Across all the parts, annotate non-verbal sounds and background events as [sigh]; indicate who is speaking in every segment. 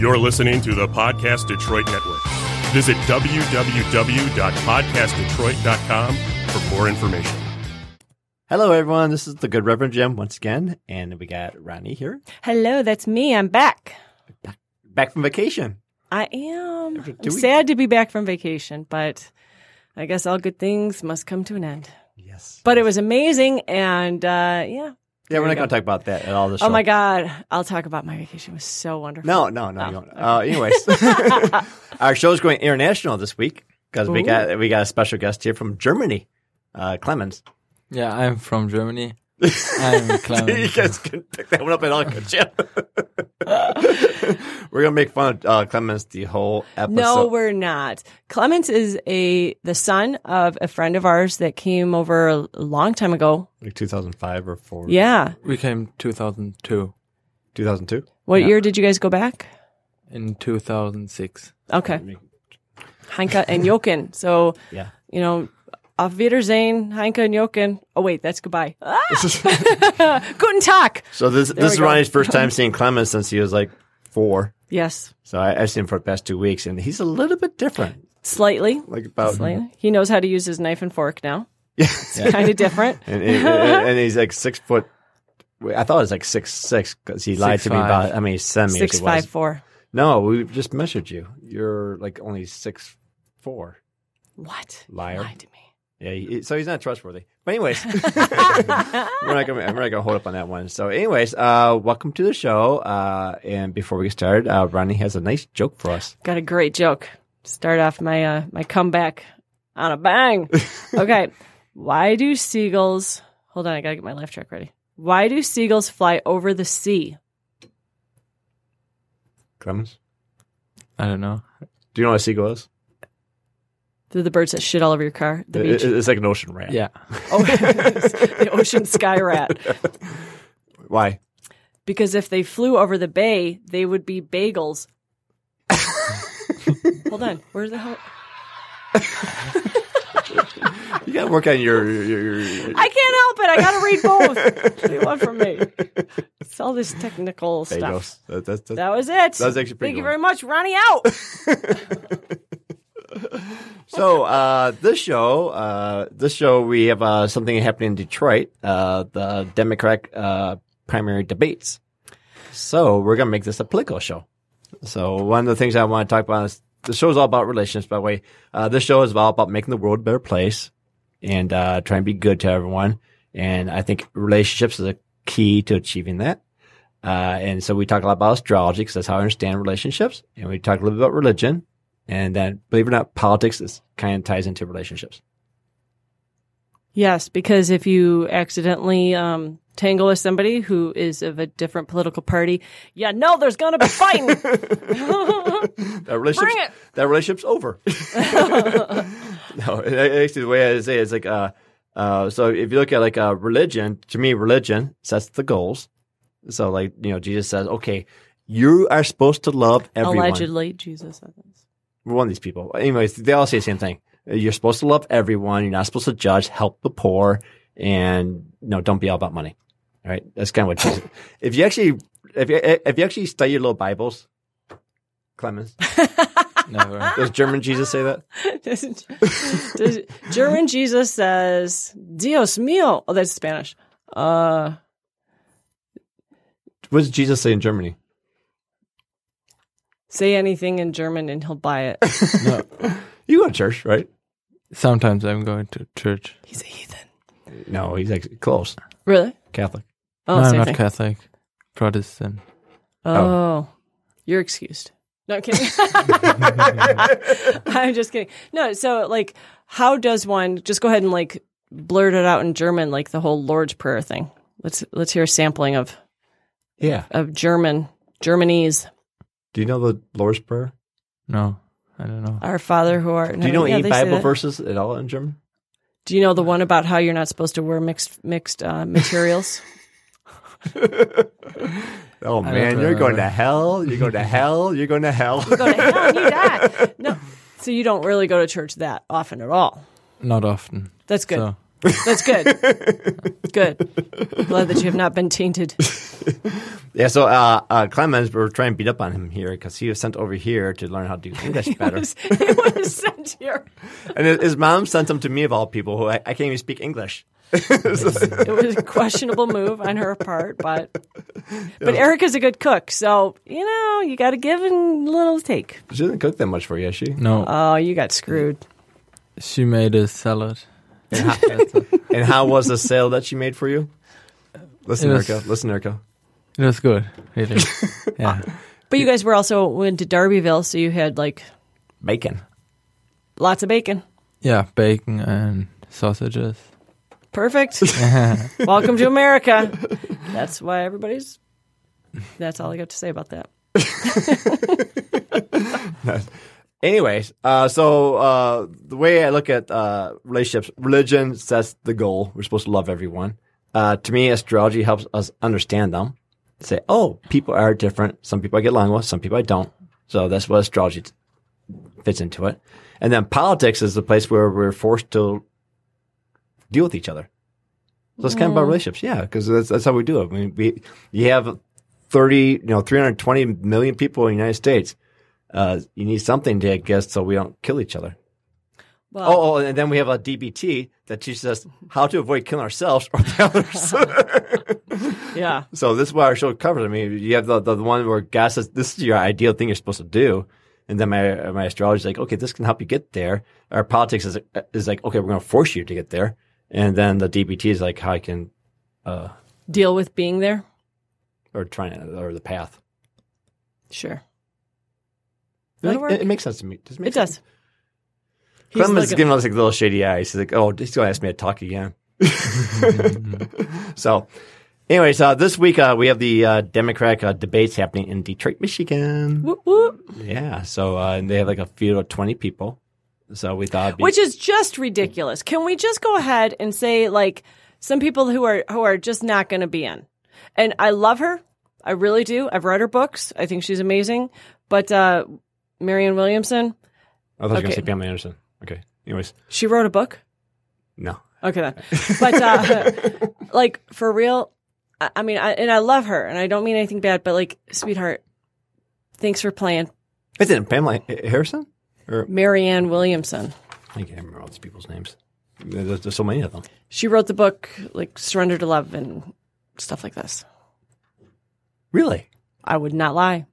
Speaker 1: You're listening to the Podcast Detroit Network. Visit www.podcastdetroit.com for more information.
Speaker 2: Hello, everyone. This is the Good Reverend Jim once again, and we got Ronnie here,
Speaker 3: Hello, that's me. I'm back.
Speaker 2: back from vacation.
Speaker 3: I am.
Speaker 2: Do
Speaker 3: I'm
Speaker 2: we-
Speaker 3: sad to be back from vacation, but I guess all good things must come to an end.
Speaker 2: Yes,
Speaker 3: But it was amazing, and uh, yeah.
Speaker 2: yeah, we're
Speaker 3: we
Speaker 2: not
Speaker 3: go.
Speaker 2: going to talk about that at all. This
Speaker 3: Oh my God, I'll talk about my vacation. It was so wonderful.
Speaker 2: No, no, no.
Speaker 3: Oh,
Speaker 2: you don't. Uh,
Speaker 3: [laughs]
Speaker 2: anyways, [laughs] our show's going international this week because we
Speaker 3: Ooh.
Speaker 2: got we got a special guest here from Germany, uh, Clemens.
Speaker 4: Yeah, I'm from Germany.
Speaker 3: [laughs]
Speaker 2: [laughs]
Speaker 4: I'm
Speaker 2: you
Speaker 4: Clemens.
Speaker 2: guys can pick that one up at all, could you? [laughs] we're gonna make fun of uh, Clemens the whole episode.
Speaker 3: No, we're not. Clements is a the son of a friend of ours that came over a long time ago.
Speaker 2: like 2005 or four.
Speaker 3: Yeah.
Speaker 4: we came 2002
Speaker 2: 2002.
Speaker 3: What
Speaker 4: Yeah.
Speaker 3: year did you guys go back?
Speaker 4: in 2006.
Speaker 3: Okay. Heinke and Jochen. So,
Speaker 2: Yeah.
Speaker 3: you know, auf Wiedersehen, Heinke and Jochen. Oh, wait, that's goodbye. Ah! [laughs] Guten Tag.
Speaker 2: So this this
Speaker 3: we
Speaker 2: is
Speaker 3: go.
Speaker 2: Ronnie's
Speaker 3: [laughs]
Speaker 2: first time seeing Clemens since he was like four.
Speaker 3: Yes,
Speaker 2: So I, I've seen him for the past two weeks, and he's a little bit different.
Speaker 3: slightly.
Speaker 2: Like about
Speaker 3: Slightly. He knows how to use his knife and fork now. It's kind of
Speaker 2: [laughs]
Speaker 3: different.
Speaker 2: and, and, and he's like six foot. wait, I thought it was like six six because he lied to me
Speaker 4: five.
Speaker 2: about how many centimeters
Speaker 3: Six
Speaker 2: it was.
Speaker 3: five four.
Speaker 2: No, we just measured you. You're like only six four.
Speaker 3: What?
Speaker 2: Liar.
Speaker 3: Lied to me.
Speaker 2: Yeah, he- so he's not trustworthy. But
Speaker 3: [laughs]
Speaker 2: anyways, [laughs] we're not gonna I'm not gonna hold up on that one. So anyways, uh, welcome to the show. Uh, and before we get started, uh, Ronnie has a nice joke for us.
Speaker 3: Got a great joke. Start off my uh, my comeback on
Speaker 2: [laughs]
Speaker 3: a bang. Okay. Why do seagulls? Hold on, I gotta get my laugh track ready. Why do seagulls fly over the sea?
Speaker 2: Clemens,
Speaker 4: I don't know.
Speaker 2: do you know what a seagull is?
Speaker 3: They're the birds that shit all over your car. The beach.
Speaker 2: It- it- it's like an ocean rat.
Speaker 4: Yeah. [laughs]
Speaker 3: oh, [laughs] the ocean sky rat.
Speaker 2: Why?
Speaker 3: Because if they flew over the bay, they would be bagels. [laughs] Hold on. Where the hell?
Speaker 2: You gotta work on your your, your, your
Speaker 3: I can't help it. I got to read both. [laughs] what do you want from me? It's all this technical stuff.
Speaker 2: bagels. That- that's- that's-
Speaker 3: That was it.
Speaker 2: That was actually pretty
Speaker 3: Thank you
Speaker 2: good.
Speaker 3: very much, Ronnie. Out.
Speaker 2: So uh, this show, uh, this show, we have uh, something happening in Detroit, uh, the Democratic uh, primary debates. So we're gonna make this a political show. So one of the things I want to talk about is the show is all about relations. By the way, uh, this show is all about making the world a better place and uh, trying to be good to everyone. And I think relationships is a key to achieving that. Uh, and so we talk a lot about astrology because that's how I understand relationships. And we talk a little bit about religion. And then, believe it or not, politics is kind of ties into relationships.
Speaker 3: Yes, because if you accidentally um, tangle with somebody who is of a different political party, yeah, no, there's going to
Speaker 2: [laughs]
Speaker 3: be fighting.
Speaker 2: That relationship's,
Speaker 3: Bring it!
Speaker 2: That relationship's
Speaker 3: [laughs]
Speaker 2: over. [laughs] no, it- it- actually, the way I say it is like, uh, uh, so if you look at like uh, religion, to me, religion sets the goals. So, like, you know, Jesus says, okay, you are supposed to love everyone.
Speaker 3: Allegedly, Jesus said this.
Speaker 2: We're one of these people. Anyways, they all say the same thing. You're supposed to love everyone. You're not supposed to judge. Help the poor, and no, don't be all about money. All right, that's kind of what. [laughs] Jesus, if you actually, if you if you actually study your little Bibles, Clemens,
Speaker 4: Never.
Speaker 2: does German Jesus say that?
Speaker 3: Doesn't- [laughs] does- German Jesus says, Dios mío. Oh, that's Spanish. Uh,
Speaker 2: [laughs] What does Jesus say in Germany?
Speaker 3: say anything in German and he'll
Speaker 2: [laughs]
Speaker 3: buy it.
Speaker 2: You go to church, right?
Speaker 4: Sometimes I'm going to church.
Speaker 3: He's a heathen.
Speaker 2: No, he's actually close
Speaker 3: Really?
Speaker 2: Catholic.
Speaker 3: Oh,
Speaker 4: no, I'm
Speaker 3: same
Speaker 4: not
Speaker 3: thing.
Speaker 4: Catholic. Protestant.
Speaker 3: Oh, you're excused. No, I'm kidding. [laughs] I'm just kidding. No, so like, how does one just go ahead and like blurt it out in German, like the whole Lord's Prayer thing? Let's let's hear a sampling of
Speaker 2: Yeah.
Speaker 3: of German Germanese.
Speaker 2: Do you know the Lord's Prayer?
Speaker 4: No, I don't know.
Speaker 3: Our Father who art.
Speaker 2: Do you know
Speaker 3: yeah,
Speaker 2: any
Speaker 3: they say
Speaker 2: Bible
Speaker 3: that.
Speaker 2: verses at all in German?
Speaker 3: Do you know the one about how you're not supposed to wear mixed mixed
Speaker 4: [laughs]
Speaker 3: uh, materials?
Speaker 2: Oh
Speaker 4: don't
Speaker 2: man, you're going
Speaker 4: remember.
Speaker 2: to hell. You're going to hell. You're going to [laughs] hell.
Speaker 3: go to hell and you die. No, so you don't really go to church that often at all.
Speaker 4: Not often.
Speaker 3: That's good.
Speaker 4: So
Speaker 3: That's
Speaker 4: [laughs]
Speaker 3: good. good. Glad that you have not been tainted.
Speaker 2: Yeah, so uh, uh, Clemens, we're trying to beat up on him here because he was sent over here to learn how to do [laughs] English better.
Speaker 3: [laughs] it was sent here.
Speaker 2: and his his mom sent him to me, of all people, who I, I can't even speak English.
Speaker 3: It was a questionable move on her part, but but Erica's a good cook, so you know you got to give and little take.
Speaker 2: She doesn't cook that much for you, has she?
Speaker 4: No,
Speaker 3: Oh, you got screwed.
Speaker 4: she made a salad.
Speaker 2: [laughs] And how was the sale that she made for you? Listen,
Speaker 4: It was-
Speaker 2: Erica. Listen, Erica.
Speaker 4: It was good,
Speaker 3: [laughs]
Speaker 4: really. yeah,
Speaker 3: But you guys were also went to Darbyville, so you had like
Speaker 2: Bacon.
Speaker 3: lots of bacon.
Speaker 4: yeah, bacon and sausages.
Speaker 2: [laughs]
Speaker 3: Perfect. Welcome to America. That's why everybody's. That's all I got to say about that.
Speaker 2: Anyways, uh, so uh, the way I look at uh, relationships, religion sets the goal. We're supposed to love everyone. Uh, to me, astrology helps us understand them. Say, oh, people are different. Some people I get along with, some people I don't. So that's what astrology t- fits into it. And then politics is the place where we're forced to deal with each other. So it's kind of about relationships, yeah, because that's, that's how we do it. I mean, we you have thirty, you know, three hundred twenty million people in the United States uh, you need something to guess so we don't kill each other.
Speaker 3: Well,
Speaker 2: Oh, oh, and then we have a DBT that teaches us how to avoid killing ourselves or the others. oh.
Speaker 3: yeah.
Speaker 2: [laughs] so this is why our show covers. I mean, you have the, the one where God says this is your ideal thing you're supposed to do, and then my my astrology is like, okay, this can help you get there. Our politics is is like, okay, we're going to force you to get there, and then the DBT is like how I can
Speaker 3: Deal with being there.
Speaker 2: or trying or the path.
Speaker 3: Sure,
Speaker 2: It,
Speaker 3: That'll
Speaker 2: make-
Speaker 3: work.
Speaker 2: it makes sense to me. Does it, make
Speaker 3: it does. He's
Speaker 2: Clemens is
Speaker 3: looking-
Speaker 2: giving us like little shady eyes. He's like, "Oh, he's gonna ask me to talk
Speaker 3: [laughs]
Speaker 2: again." so, anyways, uh, this week uh, we have the uh, Democratic uh, debates happening in Detroit, Michigan.
Speaker 3: Whoop, whoop.
Speaker 2: Yeah, so uh, and they have like a field of twenty people. So we thought, it'd be,
Speaker 3: which is just ridiculous. Can we just go ahead and say like some people who are who are just not going to be in? And I love her. I really do. I've read her books. I think she's amazing. But uh Marianne Williamson,
Speaker 2: I thought you were gonna
Speaker 3: okay.
Speaker 2: say Pamela Anderson. Okay, anyways,
Speaker 3: she wrote a book.
Speaker 2: no,
Speaker 3: Okay then. But uh, [laughs] like for real, I, I mean, I, and I love her, and I don't mean anything bad, but like, sweetheart, thanks for playing,
Speaker 2: is it Pamela Harrison? Or
Speaker 3: Marianne Williamson.
Speaker 2: I can't remember all these people's names. There- There's, there's so many of them.
Speaker 3: She wrote the book like Surrender to Love and stuff like this.
Speaker 2: Really, [laughs]
Speaker 3: I would not lie.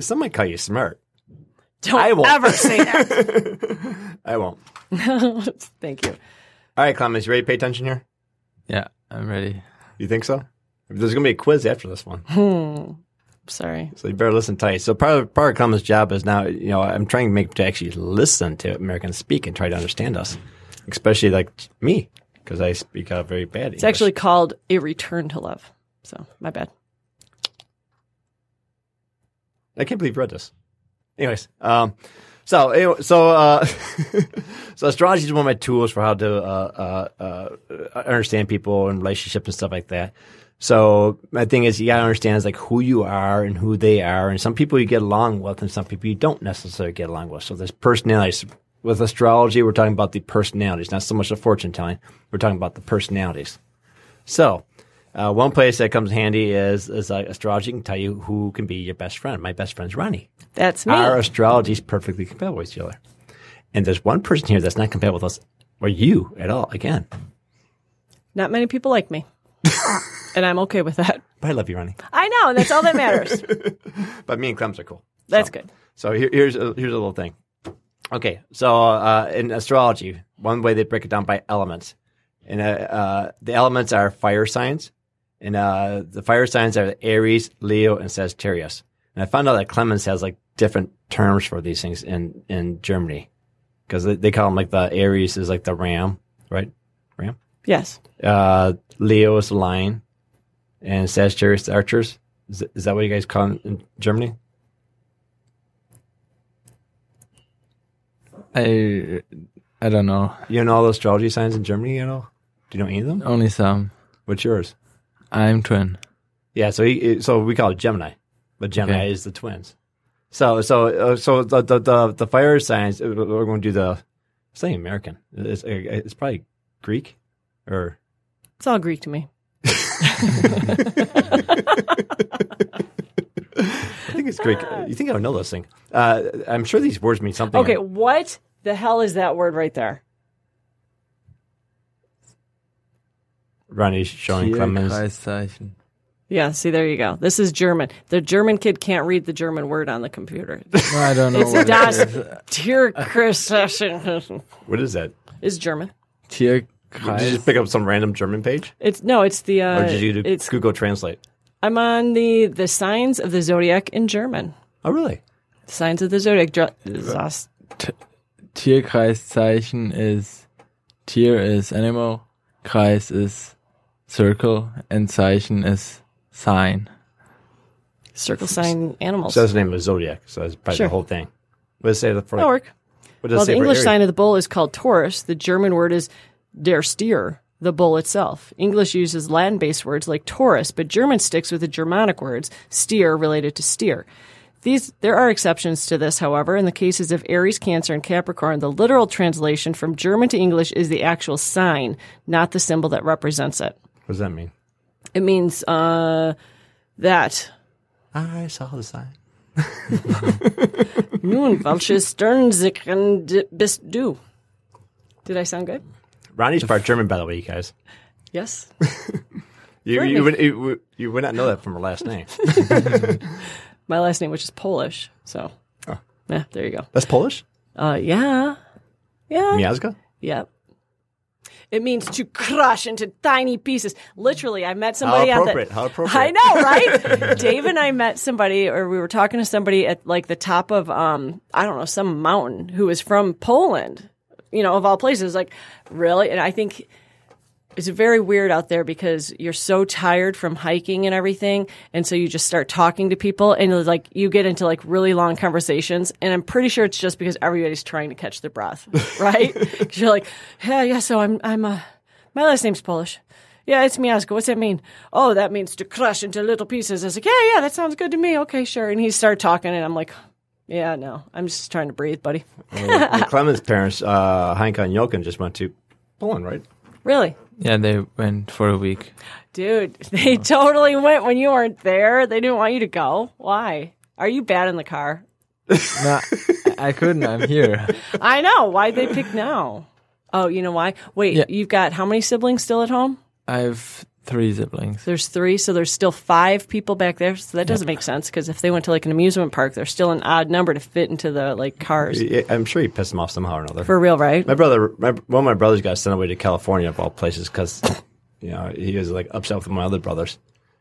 Speaker 2: some might call you smart. [laughs]
Speaker 3: Don't
Speaker 2: I won't.
Speaker 3: ever say
Speaker 2: [laughs]
Speaker 3: that. [laughs]
Speaker 2: I won't.
Speaker 3: Thank you.
Speaker 2: All right, Clemens, you ready to pay attention here?
Speaker 4: Yeah, I'm ready.
Speaker 2: You think so? There's going to be a quiz after this one,
Speaker 3: Sorry.
Speaker 2: so you better listen tight. So part of, part of Clemens' job is now, you know, I'm trying to make to actually listen to Americans speak and try to understand us, especially like me because I speak out very bad.
Speaker 3: It's actually called A Return to Love. So my bad.
Speaker 2: I can't believe you read this. Anyways, um, so anyway, so uh, [laughs] so astrology is one of my tools for how to uh, uh, uh, understand people and relationships and stuff like that. So my thing is, you gotta understand is like who you are and who they are, and some people you get along with, and some people you don't necessarily get along with. So there's personalities. With astrology, we're talking about the personalities, not so much the fortune telling. We're talking about the personalities. So, uh, one place that comes handy is is uh, astrology can tell you who can be your best friend. My best friend's Ronnie.
Speaker 3: That's me.
Speaker 2: Our astrology is perfectly compatible with each other, and there's one person here that's not compatible with us or you at all. Again,
Speaker 3: Not many people like me. and I'm okay with that.
Speaker 2: but I love you, Ronnie.
Speaker 3: I know. And that's all
Speaker 2: [laughs]
Speaker 3: that matters.
Speaker 2: But me and Clem's are cool.
Speaker 3: That's good.
Speaker 2: So here, here's a, here's a little thing. Okay, so uh, in astrology, one way they break it down by elements, and uh, uh, the elements are fire signs, and uh, the fire signs are Aries, Leo, and Sagittarius. And I found out that Clemens has like different terms for these things in in Germany, because they, they call them like the Aries is like the ram, right? Ram.
Speaker 3: Yes.
Speaker 2: Uh, Leo is the lion, and Sagittarius the archers. Is, is that what you guys call them in Germany?
Speaker 4: I I don't know.
Speaker 2: You know all those astrology signs in Germany at all? Do you know any of them?
Speaker 4: Only some.
Speaker 2: What's yours?
Speaker 4: I'm twin.
Speaker 2: Yeah, so he, so we call it Gemini, but Gemini
Speaker 4: Okay.
Speaker 2: is the twins. So so uh, so the the the, the fire signs. uh, We're going to do the. It's not even American. It's, uh, it's probably Greek. Or
Speaker 3: It's all Greek to me.
Speaker 2: I think it's Greek. You think I would know those things? Uh, I'm sure these words mean something.
Speaker 3: Okay, what the hell is that word right there?
Speaker 2: Ronnie's showing Clemens.
Speaker 4: Tierkreiszeichen.
Speaker 3: Yeah, see, there you go. This is German. The German kid can't read the German word on
Speaker 2: [laughs]
Speaker 3: the computer.
Speaker 2: Oh,
Speaker 4: No,
Speaker 3: [laughs]
Speaker 4: I don't know.
Speaker 3: It's
Speaker 4: what
Speaker 3: das
Speaker 4: it is.
Speaker 3: [laughs] Tierkreiszeichen
Speaker 2: What is that?
Speaker 3: is German.
Speaker 2: Did you
Speaker 4: Tierkreis.
Speaker 2: just pick up some random German page,
Speaker 3: It's no, it's the. Uh,
Speaker 2: or Oh, did you do
Speaker 3: it's
Speaker 2: Google Translate?
Speaker 3: I'm on the the signs of the zodiac in German.
Speaker 2: Oh, really?
Speaker 3: Signs of the zodiac. Dr- Zos-
Speaker 4: Tierkreiszeichen is Tier is animal, Kreis is circle, and Zeichen is sign.
Speaker 2: [laughs]
Speaker 3: circle sign animals.
Speaker 2: So that's the name of the zodiac. So that's probably
Speaker 3: Sure.
Speaker 2: the whole thing. What does it say the for?
Speaker 3: That'll work.
Speaker 2: What does it
Speaker 3: Well,
Speaker 2: say
Speaker 3: the
Speaker 2: for
Speaker 3: English
Speaker 2: area?
Speaker 3: sign of the bull is called Taurus. The German word is der Stier, the bull itself. English uses Latin based words like Taurus, but German sticks with the Germanic words steer related to steer. These, there are exceptions to this, however. In the cases of Aries, Cancer, and Capricorn, the literal translation from German to English is the actual sign, not the symbol that represents it.
Speaker 2: What does that mean?
Speaker 3: It means uh, that.
Speaker 2: I saw the sign.
Speaker 3: Nun, welches Sternzeichen d- bist du? Did I sound good?
Speaker 2: Ronnie's part German, by the way, you guys.
Speaker 3: Yes.
Speaker 2: You
Speaker 3: Certainly.
Speaker 2: you would, you, you would not know that from her last name.
Speaker 3: my last name, which is Polish. So,
Speaker 2: Oh.
Speaker 3: yeah, there you go.
Speaker 2: [laughs] That's Polish.
Speaker 3: Uh, yeah, yeah,
Speaker 2: Miazga.
Speaker 3: yep. It means to crush into tiny pieces. Literally, I met somebody
Speaker 2: appropriate,
Speaker 3: at the.
Speaker 2: how appropriate.
Speaker 3: I know,
Speaker 2: [laughs]
Speaker 3: right? Dave and I met somebody, or we were talking to somebody at like the top of um, I don't know, some mountain who was from Poland. You know, of all places, like really, and I think it's very weird out there because you're so tired from hiking and everything and so you just start talking to people and it's like you get into like really long conversations and i'm pretty sure it's just because everybody's trying to catch their breath [laughs] right 'Cause you're like yeah yeah so i'm i'm uh, my last name's polish yeah it's miasko what's that mean oh that means to crush into little pieces i was like yeah yeah that sounds good to me okay sure and he started talking and i'm like yeah no i'm just trying to breathe buddy
Speaker 2: Well, Clemens' parents, uh, Heinke and Jochen, just went to Poland, right?
Speaker 3: really
Speaker 4: Yeah, they went for a week.
Speaker 3: Dude, [laughs] they totally went when you weren't there. They didn't want you to go. Why? Are you bad in the
Speaker 4: [laughs]
Speaker 3: car?
Speaker 4: No, I couldn't. I'm here.
Speaker 3: I know. Why'd they pick now? Oh, you know why? Wait,
Speaker 4: Yeah.
Speaker 3: you've got how many siblings still at home?
Speaker 4: I have three siblings.
Speaker 3: There's three, so there's still five people back there. So that doesn't make sense because if they went to like an amusement park, there's still an odd number to fit into the like cars.
Speaker 2: Yeah, I'm sure he pissed them off somehow or another.
Speaker 3: For real, right?
Speaker 2: my brother, my, one of my brothers got sent away to California of all places because, you know, he was like upset with my other brothers.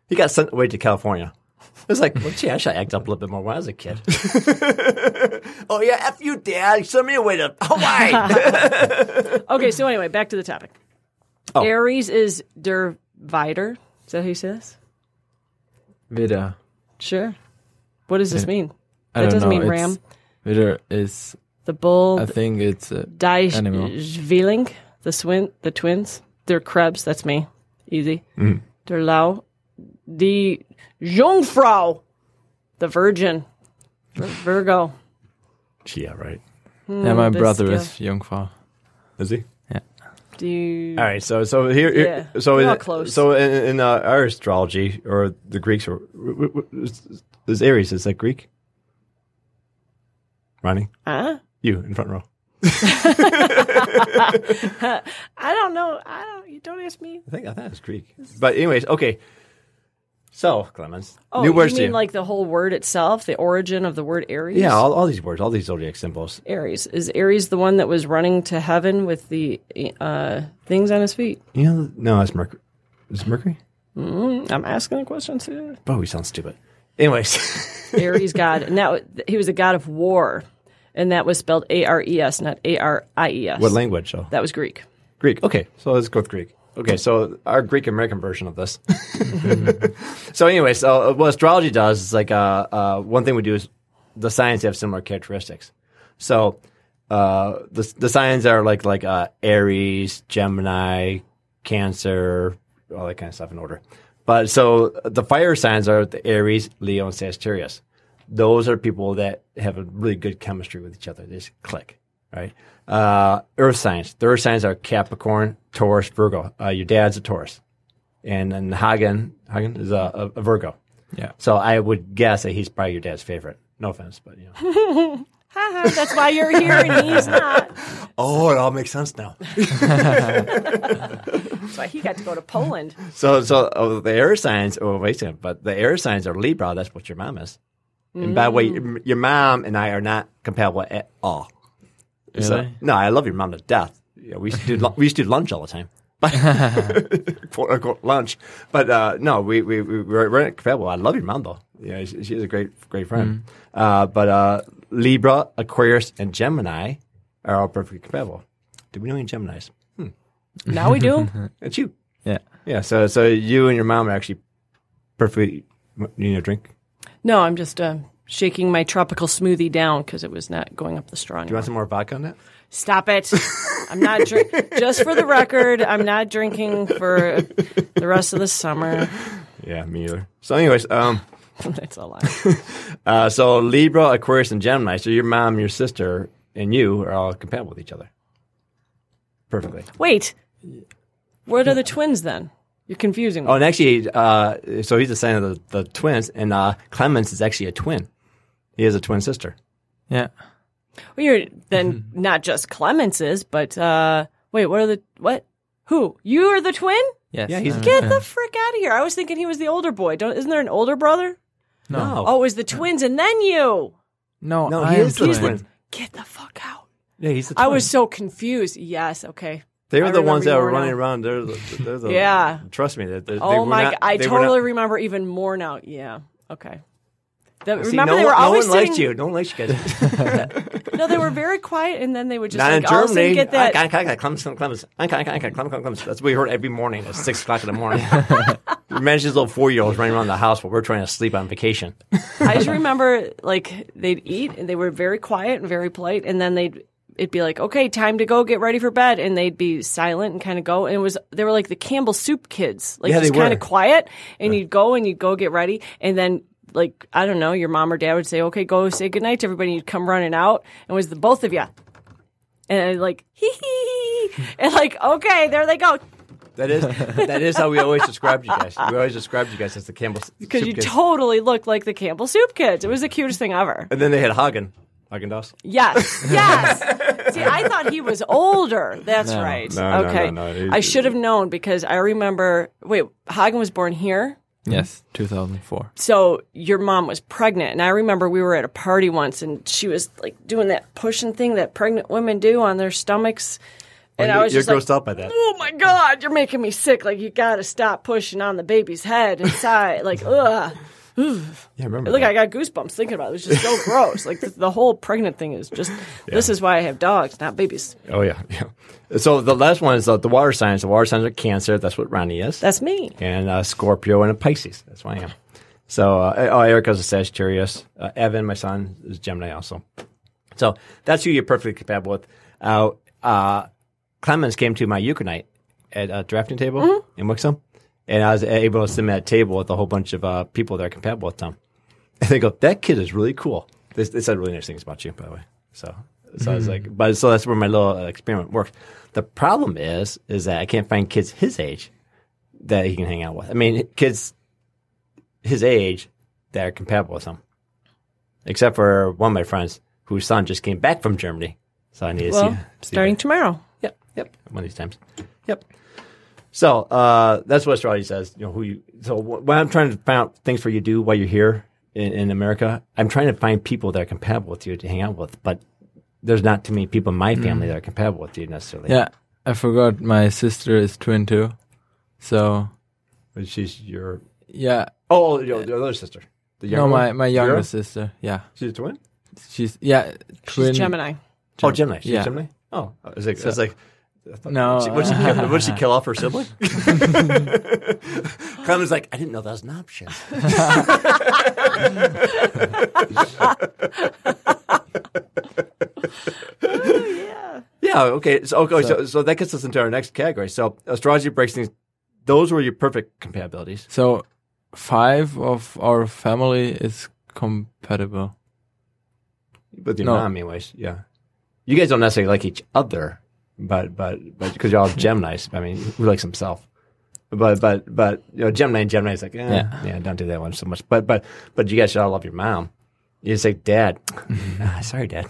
Speaker 2: He got sent away to California. It was like, well, gee, I should act up a little bit more when I was a kid. [laughs] oh yeah, f you, dad, send me away to Hawaii.
Speaker 3: Okay, so anyway, back to the topic.
Speaker 4: Oh.
Speaker 3: Aries is divider. Is that how you say this?
Speaker 4: Vidar.
Speaker 3: Sure. What does this mean?
Speaker 4: I
Speaker 3: That
Speaker 4: don't
Speaker 3: doesn't
Speaker 4: know.
Speaker 3: mean
Speaker 4: it's-
Speaker 3: ram.
Speaker 4: Vidar is.
Speaker 3: The bull,
Speaker 4: I think it's. Uh,
Speaker 3: Die
Speaker 4: Animal.
Speaker 3: Schweling, the swin, the twins. They're Krebs. That's me. Easy.
Speaker 2: Mm.
Speaker 3: Der Lau, the Jungfrau, the Virgin, Vir- Virgo.
Speaker 2: [laughs] yeah, right.
Speaker 4: yeah, my
Speaker 3: this
Speaker 4: brother
Speaker 3: guy.
Speaker 4: is Jungfrau.
Speaker 2: Is he?
Speaker 3: Do you-
Speaker 2: All right, so so here, here-
Speaker 3: Yeah,
Speaker 2: so
Speaker 3: we're
Speaker 2: in,
Speaker 3: all close.
Speaker 2: so in, in uh, our astrology or the Greeks or w- w- w- is- is Aries is that Greek? Ronnie,
Speaker 3: Huh?
Speaker 2: you in front row.
Speaker 3: I don't know. I don't. You don't ask me.
Speaker 2: I think I thought it was Greek, but anyways, okay. So Clemens,
Speaker 3: Oh,
Speaker 2: new
Speaker 3: you
Speaker 2: words to
Speaker 3: mean
Speaker 2: you.
Speaker 3: like the whole word itself, the origin of the word Aries?
Speaker 2: yeah, all, all these words, all these zodiac symbols.
Speaker 3: Aries is Aries the one that was running to heaven with the uh, things on his feet.
Speaker 2: You know, no, it's Mercury. Is it Mercury?
Speaker 3: I'm asking a question too.
Speaker 2: Bro, we sound stupid. Anyways, [laughs]
Speaker 3: Ares god. And that he was a god of war, and that was spelled A R E S, not A R I E S.
Speaker 2: what language? So
Speaker 3: That was Greek.
Speaker 2: Greek. Okay, so let's go with Greek. Okay, so our Greek American version of this. [laughs] so, anyway, so uh, what astrology does is like uh, uh, one thing we do is the signs have similar characteristics. So, uh, the the signs are like like uh, Aries, Gemini, Cancer, all that kind of stuff in order. But so the fire signs are the Aries, Leo, and Sagittarius. Those are people that have a really good chemistry with each other. They just click. right? Uh, earth signs. The earth signs are Capricorn, Taurus, Virgo. Uh, your dad's a Taurus, and and Hagen Hagen is a, a, a Virgo.
Speaker 4: Yeah.
Speaker 2: So I would guess that he's probably your dad's favorite. No offense, but you know.
Speaker 3: Haha, that's why you're here and he's not.
Speaker 2: [laughs] oh, it all makes sense now.
Speaker 3: That's why he got to go to Poland.
Speaker 2: So, so oh, the air signs. Oh, wait a second. But the air signs are Libra. That's what your mom is. And by the way, your your mom and I are not compatible at all. So-
Speaker 4: Really?
Speaker 2: no, I love your mom to death. Yeah, we used to do lu- we used to do lunch all the time. But- quote unquote lunch. But uh, no, we we we we're, we're not compatible. I love your mom though. Yeah, she, she's a great great friend. Uh, but uh, Libra, Aquarius, and Gemini are all perfectly compatible. Do we know any Gemini's?
Speaker 3: Now we do.
Speaker 2: It's you.
Speaker 4: Yeah.
Speaker 2: Yeah, so so you and your mom are actually perfectly. You need a drink?
Speaker 3: No, I'm just uh, shaking my tropical smoothie down because it was not going up the straw.
Speaker 2: Do you want some more vodka on that?
Speaker 3: Stop it. I'm not drink. Just for the record, I'm not drinking for the rest of the summer. [laughs]
Speaker 2: Yeah, me either. So, anyways, um,
Speaker 3: That's a lie.
Speaker 2: uh, so Libra, Aquarius, and Gemini. So your mom, your sister, and you are all compatible with each other. Perfectly.
Speaker 3: Wait. What are the twins then? You're confusing me.
Speaker 2: Oh, and actually, uh, so he's the son of the, the twins, and uh, Clemens is actually a twin. He has a twin sister.
Speaker 4: Yeah.
Speaker 3: Well, you're
Speaker 2: [laughs]
Speaker 3: then not just Clemence's, but uh, wait, what are the what? Who? You are the twin?
Speaker 4: Yes.
Speaker 2: Yeah, he's-
Speaker 4: I'm-
Speaker 3: Get the frick out of here! I was thinking he was the older boy. Don't isn't there an older brother?
Speaker 2: No,
Speaker 3: Oh, it was the twins and then you.
Speaker 4: No,
Speaker 2: no,
Speaker 4: I
Speaker 2: he
Speaker 4: am
Speaker 2: is the
Speaker 4: twin.
Speaker 2: twin.
Speaker 3: Get the fuck out.
Speaker 2: Yeah, he's the. Twin.
Speaker 3: I was so confused. Yes, okay.
Speaker 2: They
Speaker 3: I
Speaker 2: were the ones that
Speaker 3: remember
Speaker 2: were
Speaker 3: you were
Speaker 2: running
Speaker 3: now.
Speaker 2: around. They're the, they're the.
Speaker 3: [laughs] Yeah.
Speaker 2: Trust me, that they, they
Speaker 3: oh
Speaker 2: were
Speaker 3: my
Speaker 2: not-
Speaker 3: god, I
Speaker 2: they were not-
Speaker 3: totally remember even more now. Yeah. Okay. That,
Speaker 2: See,
Speaker 3: remember
Speaker 2: no
Speaker 3: they
Speaker 2: one-
Speaker 3: were
Speaker 2: no
Speaker 3: always
Speaker 2: one likes
Speaker 3: sitting-
Speaker 2: you. No one likes you
Speaker 3: [laughs]
Speaker 2: guys.
Speaker 3: No, they were very quiet and then they
Speaker 2: [laughs]
Speaker 3: would just
Speaker 2: Not
Speaker 3: like,
Speaker 2: in
Speaker 3: all of a sudden
Speaker 2: Germany.
Speaker 3: get that
Speaker 2: Anka, anka, anka, Clemens, Clemens, anka, anka, anka, Clemens, Clemens. That's what we heard every morning at six o'clock in the
Speaker 3: [laughs]
Speaker 2: morning. Imagine these little four year olds running around the house while we're trying to sleep on vacation.
Speaker 3: I just remember like they'd eat and they were very quiet and very polite, and then they'd it'd be like, okay, time to go, get ready for bed, and they'd be silent and kind of go. And it was they were like the Campbell Soup kids, like
Speaker 2: Yeah,
Speaker 3: just
Speaker 2: they
Speaker 3: kind
Speaker 2: were.
Speaker 3: of quiet, and you'd go and you'd go get ready, and then. Like I don't know, your mom or dad would say, "Okay, go say goodnight to everybody." and You'd come running out, and it was the both of you, and I'd like hee hee, hee. and like okay, there they go,
Speaker 2: That is that is how we always described you guys. We always described you guys as the Campbell
Speaker 3: because you totally looked like the Campbell Soup kids. It was the cutest thing ever.
Speaker 2: And then they had Hagen. Hagen Dazs.
Speaker 3: Yes, yes. See, I thought he was older. That's right.
Speaker 2: No, no,
Speaker 3: okay,
Speaker 2: no, no. He-
Speaker 3: I should have known because I remember. Wait, Hagen was born here,
Speaker 4: Yes, 2004.
Speaker 3: so your mom was pregnant, and I remember we were at a party once, and she was like doing that pushing thing that pregnant women do on their stomachs, and I was
Speaker 2: You're
Speaker 3: just like,
Speaker 2: grossed out by that.
Speaker 3: "Oh my god, you're making me sick! Like you got to stop pushing on the baby's head inside. Like ugh."
Speaker 2: Yeah, remember.
Speaker 3: Look,
Speaker 2: that.
Speaker 3: I got goosebumps thinking about it. It
Speaker 2: [laughs]
Speaker 3: was just so gross. Like the, the whole pregnant thing is just. This is why I have dogs, not babies.
Speaker 2: oh yeah, yeah. So the last one is uh, the water signs. The water signs are Cancer. That's what Ronnie is.
Speaker 3: That's me.
Speaker 2: and uh, Scorpio and a Pisces. That's why I am. So, uh, oh, Erica's a Sagittarius. Uh, Evan, my son, is Gemini also. So that's who you're perfectly compatible with. Uh, uh, Clemens came to my euchre night at a drafting table in Wixom, and I was able to sit at a table with a whole bunch of uh, people that are compatible with them. [laughs] And they go, "That kid is really cool." They, they said really nice things about you, by the way. So, so I was like, but so that's where my little uh, experiment works. The problem is, is that I can't find kids his age that he can hang out with. I mean, kids his age that are compatible with him, except for one of my friends whose son just came back from Germany. So I need to
Speaker 3: Well,
Speaker 2: see. see
Speaker 3: starting tomorrow.
Speaker 2: Yep, yep. One of these times. Yep. So uh, that's what astrology says. You know who you. So wh- when I'm trying to find out things for you to do while you're here in, in America, I'm trying to find people that are compatible with you to hang out with. But there's not too many people in my family that are compatible with you necessarily.
Speaker 4: Mm. Yeah, I forgot my sister is twin too. So,
Speaker 2: But she's your.
Speaker 4: yeah.
Speaker 2: Oh, your, your other sister. The
Speaker 4: No,
Speaker 2: younger
Speaker 4: my,
Speaker 2: one?
Speaker 4: my younger
Speaker 2: Vera?
Speaker 4: sister. Yeah.
Speaker 2: She's a twin.
Speaker 4: She's, yeah, twin.
Speaker 3: She's Gemini.
Speaker 2: Oh, Gemini. She's
Speaker 4: Yeah.
Speaker 2: Gemini. Oh, is it? It's like. I thought-
Speaker 4: No, uh,
Speaker 2: She, would,
Speaker 4: [laughs]
Speaker 2: she kill, would she kill off her sibling? [laughs] Clement's like, I didn't know that was an option.
Speaker 3: Yeah.
Speaker 2: Yeah. Okay. So, okay. So, so, that gets us into our next category. So astrology breaks things. Those were your perfect compatibilities.
Speaker 4: So, five of our family is compatible.
Speaker 2: With your
Speaker 4: No.
Speaker 2: mom, anyways. Yeah. You guys don't necessarily like each other, but but but because you're all Gemini's. I mean, who likes himself? But but but you know, Gemini and Gemini's like eh, yeah
Speaker 4: Yeah.
Speaker 2: don't do that one so much. But but but you guys should all love your mom. You just like
Speaker 4: [laughs]
Speaker 2: dad. "Ah, sorry, dad.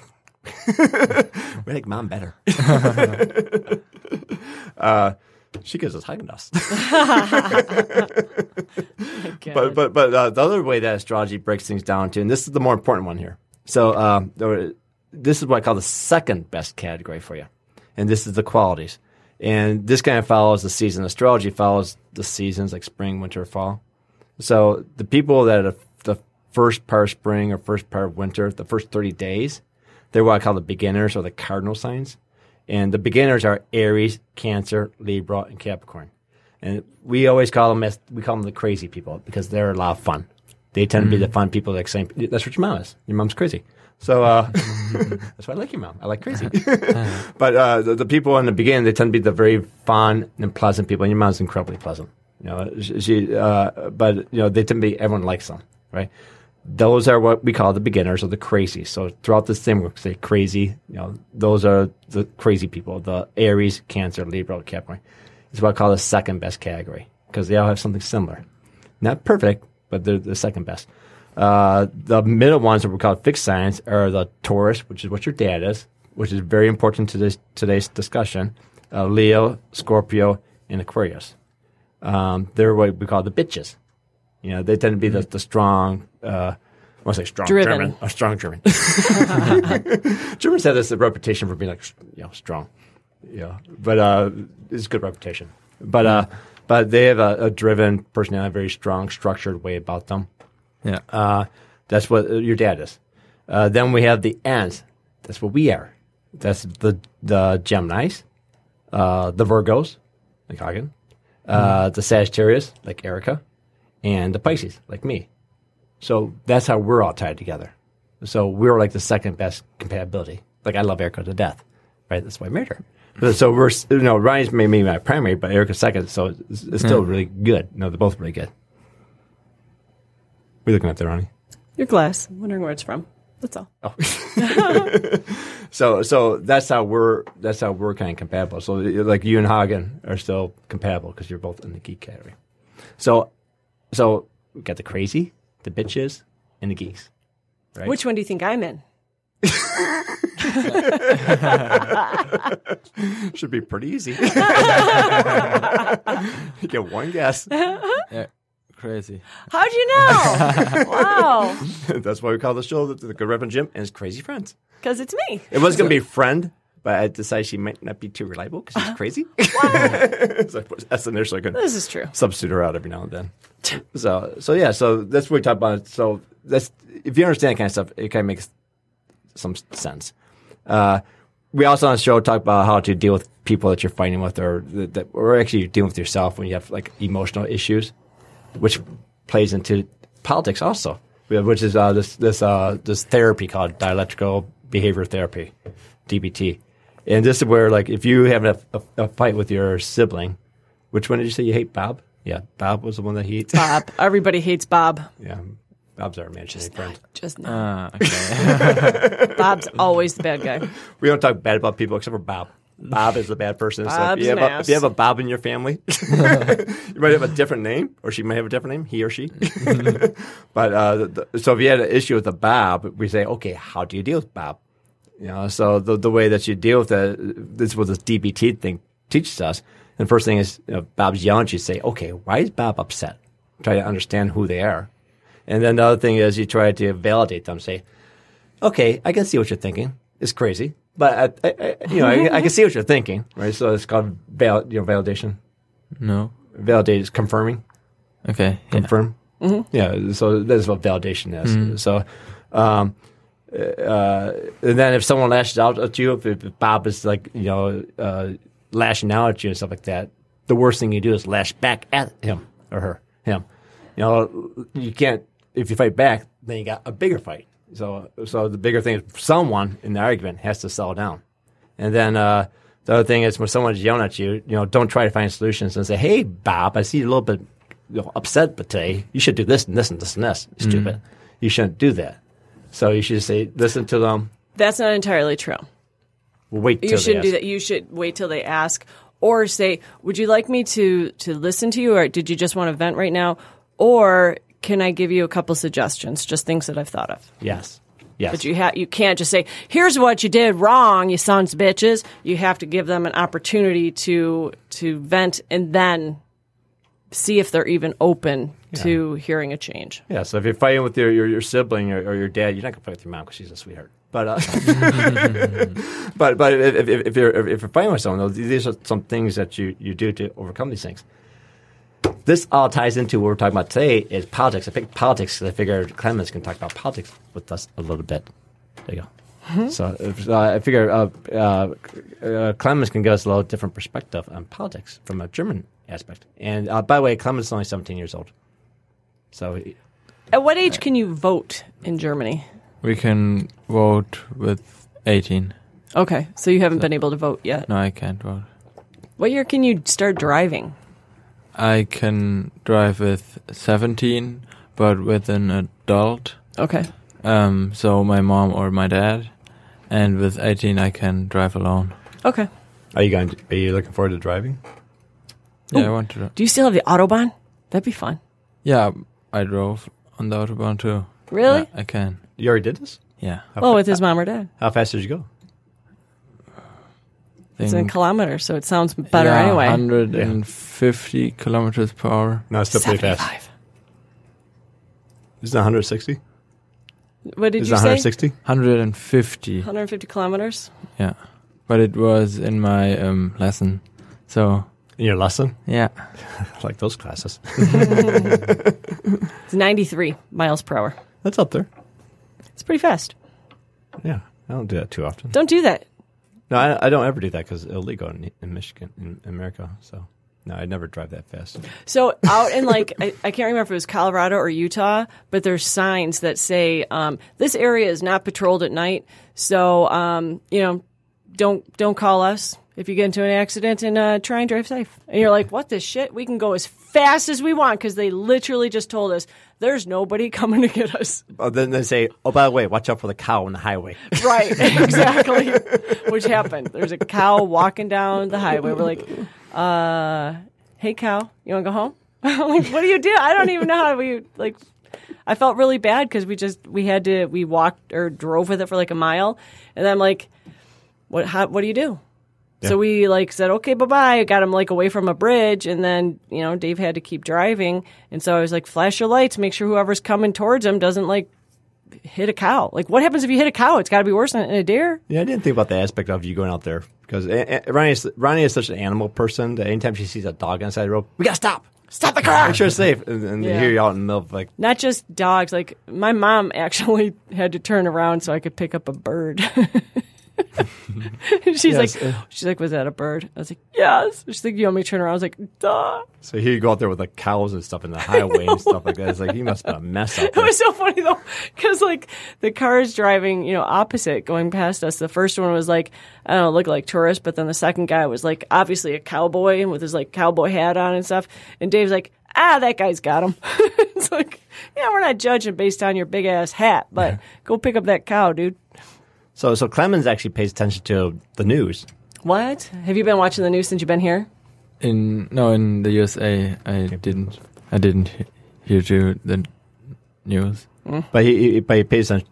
Speaker 2: we like mom
Speaker 4: [laughs]
Speaker 2: better. [laughs] uh, she gives us Haagen Dazs. But but but uh, the other way that astrology breaks things down to, and this is the more important one here. So uh, there were- this is what I call the second best category for you, and this is the qualities. And this kind of follows the season. Astrology follows the seasons, like spring, winter, fall. So the people that are the first part of spring or first part of winter, the first thirty days, they're what I call the beginners or the cardinal signs. And the beginners are Aries, Cancer, Libra, and Capricorn. And we always call them as we call them the crazy people because they're a lot of fun. They tend to be the fun people. Like saying that's what your mom is. Your mom's crazy. So uh, [laughs] that's why I like your mom. I like crazy. but uh, the, the people in the beginning they tend to be the very fun and pleasant people. And your mom's incredibly pleasant. You know, she. she uh, but you know, they tend to be everyone likes them, right? those are what we call the beginners or the crazy. So throughout this thing, we'll say crazy. You know, those are the crazy people: the Aries, Cancer, Libra, Capricorn. It's what I call the second best category because they all have something similar. Not perfect, but they're the second best. Uh, the middle ones that we call fixed signs are the Taurus, which is what your dad is, which is very important to this today's discussion. Uh, Leo, Scorpio, and Aquarius. Um, they're what we call the bitches. You know, they tend to be the, the strong. Uh, I want to say strong
Speaker 3: Driven.
Speaker 2: German. A strong German. [laughs] Germans have this reputation for being like, you know, strong. Yeah, but uh, it's a good reputation. But uh, but they have a, a driven personality, a very strong, structured way about them.
Speaker 4: Yeah.
Speaker 2: Uh, that's what uh, your dad is. Uh, then we have the ants. That's what we are. That's the the Gemini's, uh, the Virgos, like Hagen, uh, the Sagittarius, like Erica, and the Pisces, like me. So that's how we're all tied together. So we're like the second best compatibility. Like I love Erica to death, right? That's why I married her. But so we're s- you know Ryan's maybe my primary, but Erica's second. So it's, it's still really good. No, they're both really good. We're looking at there, Ronnie.
Speaker 3: Your glass. I'm wondering where it's from. That's all.
Speaker 2: So so that's how we're that's how we're kind of compatible. So like you and Hagen are still compatible because you're both in the geek category. So so we got the crazy, the bitches, and the geeks. Right.
Speaker 3: Which one do you think I'm in?
Speaker 2: Should be pretty [laughs] easy. you get one guess. [laughs]
Speaker 4: Yeah. Crazy.
Speaker 3: How'd
Speaker 2: [laughs]
Speaker 3: you know? wow.
Speaker 2: That's why we call the show the, the Good Reverend Jim and his crazy friends.
Speaker 3: Because it's me.
Speaker 2: It was going to be friend, but I decided she might not be too reliable because she's crazy. [laughs] so I put S in there so I could
Speaker 3: This is true.
Speaker 2: substitute her out every now and then. So, so yeah, so that's what we talk about. So that's if you understand that kind of stuff, it kind of makes some s- sense. Uh, we also on the show talk about how to deal with people that you're fighting with, or that, that or actually you're dealing with yourself when you have like emotional issues, which plays into politics also, Yeah, which is uh, this this uh, this therapy called dialectical behavior therapy, DBT, and this is where like if you have a, a, a fight with your sibling, which one did you say you hate, Bob? Yeah, Bob was the one that he.
Speaker 3: Bob. Everybody hates Bob.
Speaker 2: yeah, Bob's our imaginary friend.
Speaker 3: Just not.
Speaker 4: Ah, okay.
Speaker 3: Bob's always the bad guy.
Speaker 2: We don't talk bad about people except for Bob. Bob is the bad person. so if
Speaker 3: Bob's
Speaker 2: you, have
Speaker 3: an
Speaker 2: a,
Speaker 3: ass.
Speaker 2: if you have a Bob in your family, [laughs] you might have a different name, or she might have a different name, he or she. [laughs] but uh, the, the- so if you had an issue with a Bob, we say, okay, how do you deal with Bob? You know, so the, the way that you deal with it, this is what this DBT thing teaches us. And first thing is, you know, Bob's yelling at you, say, okay, why is Bob upset? Try to understand who they are. And then the other thing is you try to validate them, say, okay, I can see what you're thinking. It's crazy, but I, I, I, you know, I, I can see what you're thinking, [laughs] right? So it's called val- you know, validation.
Speaker 4: no.
Speaker 2: Validate is confirming,
Speaker 4: Okay. Yeah.
Speaker 2: confirm. Yeah, so that's what validation is. So, um, uh, and then if someone lashes out at you, if, if Bob is like you know uh, lashing out at you and stuff like that, the worst thing you do is lash back at him or her, him. You know, you can't. If you fight back, then you got a bigger fight. So, so the bigger thing is someone in the argument has to settle down. And then uh, the other thing is when someone's yelling at you, you know, don't try to find solutions and say, "Hey, Bob, I see you're a little bit you know, upset today. You should do this and this and this and this.
Speaker 3: Mm-hmm.
Speaker 2: Stupid. You shouldn't do that." So you should say, "Listen to them."
Speaker 3: That's not entirely true.
Speaker 2: We'll wait till
Speaker 3: You shouldn't
Speaker 2: they
Speaker 3: do that. You should wait till they ask, or say, "Would you like me to to listen to you, or did you just want to vent right now, or can I give you a couple suggestions, just things that I've thought of?"
Speaker 2: that. Yes. Yes.
Speaker 3: But you ha- you can't just say, "Here's what you did wrong, you sons of bitches." You have to give them an opportunity to to vent and then see if they're even open to hearing a change.
Speaker 2: Yeah, so if you're fighting with your your, your sibling or, or your dad, you're not gonna fight with your mom because she's a sweetheart. But uh, [laughs] but but if, if, if you're if you're fighting with someone, though, these are some things that you, you do to overcome these things. This all ties into what we're talking about today is politics. I picked politics because I figured Clemens can talk about politics with us a little bit. There you go. So if- uh, I figure uh, uh, uh, Clemens can give us a little different perspective on politics from a German aspect. And uh, by the way, Clemens is only 17 years old. So
Speaker 3: At what age can you vote in Germany?
Speaker 4: We can vote with 18.
Speaker 3: Okay, so you haven't been able to vote yet.
Speaker 4: No, I can't vote.
Speaker 3: What year can you start driving?
Speaker 4: I can drive with 17, but with an adult.
Speaker 3: Okay.
Speaker 4: Um, so my mom or my dad. And with 18, I can drive alone.
Speaker 3: Okay.
Speaker 2: Are you going? To, are you looking forward to driving?
Speaker 3: Oh.
Speaker 4: Yeah, I want to. dri-
Speaker 3: Do you still have the Autobahn? That'd be fun.
Speaker 4: Yeah, I drove on the autobahn too.
Speaker 3: Really?
Speaker 4: Yeah, I can.
Speaker 2: You already did this.
Speaker 4: Yeah.
Speaker 3: Well, with his mom or dad.
Speaker 2: How fast did you go?
Speaker 3: It's in
Speaker 2: Mm.
Speaker 4: Think-
Speaker 3: kilometers, so it sounds better
Speaker 4: yeah,
Speaker 3: anyway.
Speaker 4: 150 kilometers per hour.
Speaker 2: No, it's still pretty fast.
Speaker 3: 75.
Speaker 2: It's not 160.
Speaker 3: What did
Speaker 2: It's
Speaker 3: you
Speaker 2: not
Speaker 3: say?
Speaker 2: 160.
Speaker 4: 150.
Speaker 3: 150 kilometers.
Speaker 4: Yeah. But it was in my um, lesson. So,
Speaker 2: In your lesson,
Speaker 4: yeah.
Speaker 2: like those classes, [laughs]
Speaker 3: It's 93 miles per hour.
Speaker 2: that's up there.
Speaker 3: It's pretty fast.
Speaker 2: Yeah, I don't do that too often.
Speaker 3: Don't do that.
Speaker 2: No, I, I don't ever do that because illegal in, in Michigan, in America. So no, I never drive that fast.
Speaker 3: So out in like I, I can't remember if it was Colorado or Utah, but there's signs that say um, this area is not patrolled at night. So um, you know, don't don't call us if you get into an accident and uh, try and drive safe. And you're like, what the shit? We can go as fast as we want because they literally just told us there's nobody [laughs] coming to get us.
Speaker 2: Oh, then they say, oh, by the way, watch out for the cow on the highway.
Speaker 3: [laughs] Right, exactly. Which happened. There's a cow walking down the highway. We're like, uh, hey, cow, you want to go home? [laughs] I'm like, what do you do? I don't even know how we, like, I felt really bad because we just, we had to, we walked or drove with it for like a mile. And I'm like, what, how, what do you do? So we like said, okay, bye bye. Got him like away from a bridge. And then, you know, Dave had to keep driving. And so I was like, flash your lights, make sure whoever's coming towards him doesn't like hit a cow. Like, what happens if you hit a cow? It's got to be worse than a deer.
Speaker 2: [laughs] Yeah, I didn't think about the aspect of you going out there because eh, eh, Ronnie is, Ronnie is such an animal person that anytime she sees a dog on the side of the road, we gotta stop, stop the car, make sure it's safe. And, and they
Speaker 3: Yeah.
Speaker 2: hear you out in the middle of like
Speaker 3: Not just dogs. Like, my mom [laughs] actually had to turn around so I could pick up a bird. [laughs] she's like, she's like, was that a bird? I was like, yes. She's like, you want me to turn around? I was like, duh.
Speaker 2: So here you go out there with like cows and stuff in the highway and stuff like that. It's like you must have been a mess out
Speaker 3: It [laughs]
Speaker 2: there.
Speaker 3: was so funny though, because like the cars driving, you know, opposite, going past us. The first one was like, I don't know, looked like tourist, but then the second guy was like, obviously a cowboy and with his like cowboy hat on and stuff. And Dave's like, ah, that guy's got him. [laughs] it's like, yeah, we're not judging based on your big ass hat, but [laughs] go pick up that cow, dude.
Speaker 2: So so Clemens actually pays attention to the news.
Speaker 3: What? Have you been watching the news since you've been here?
Speaker 4: In no, in the USA, I didn't. I didn't he- hear to the news.
Speaker 2: But he, he but he pays attention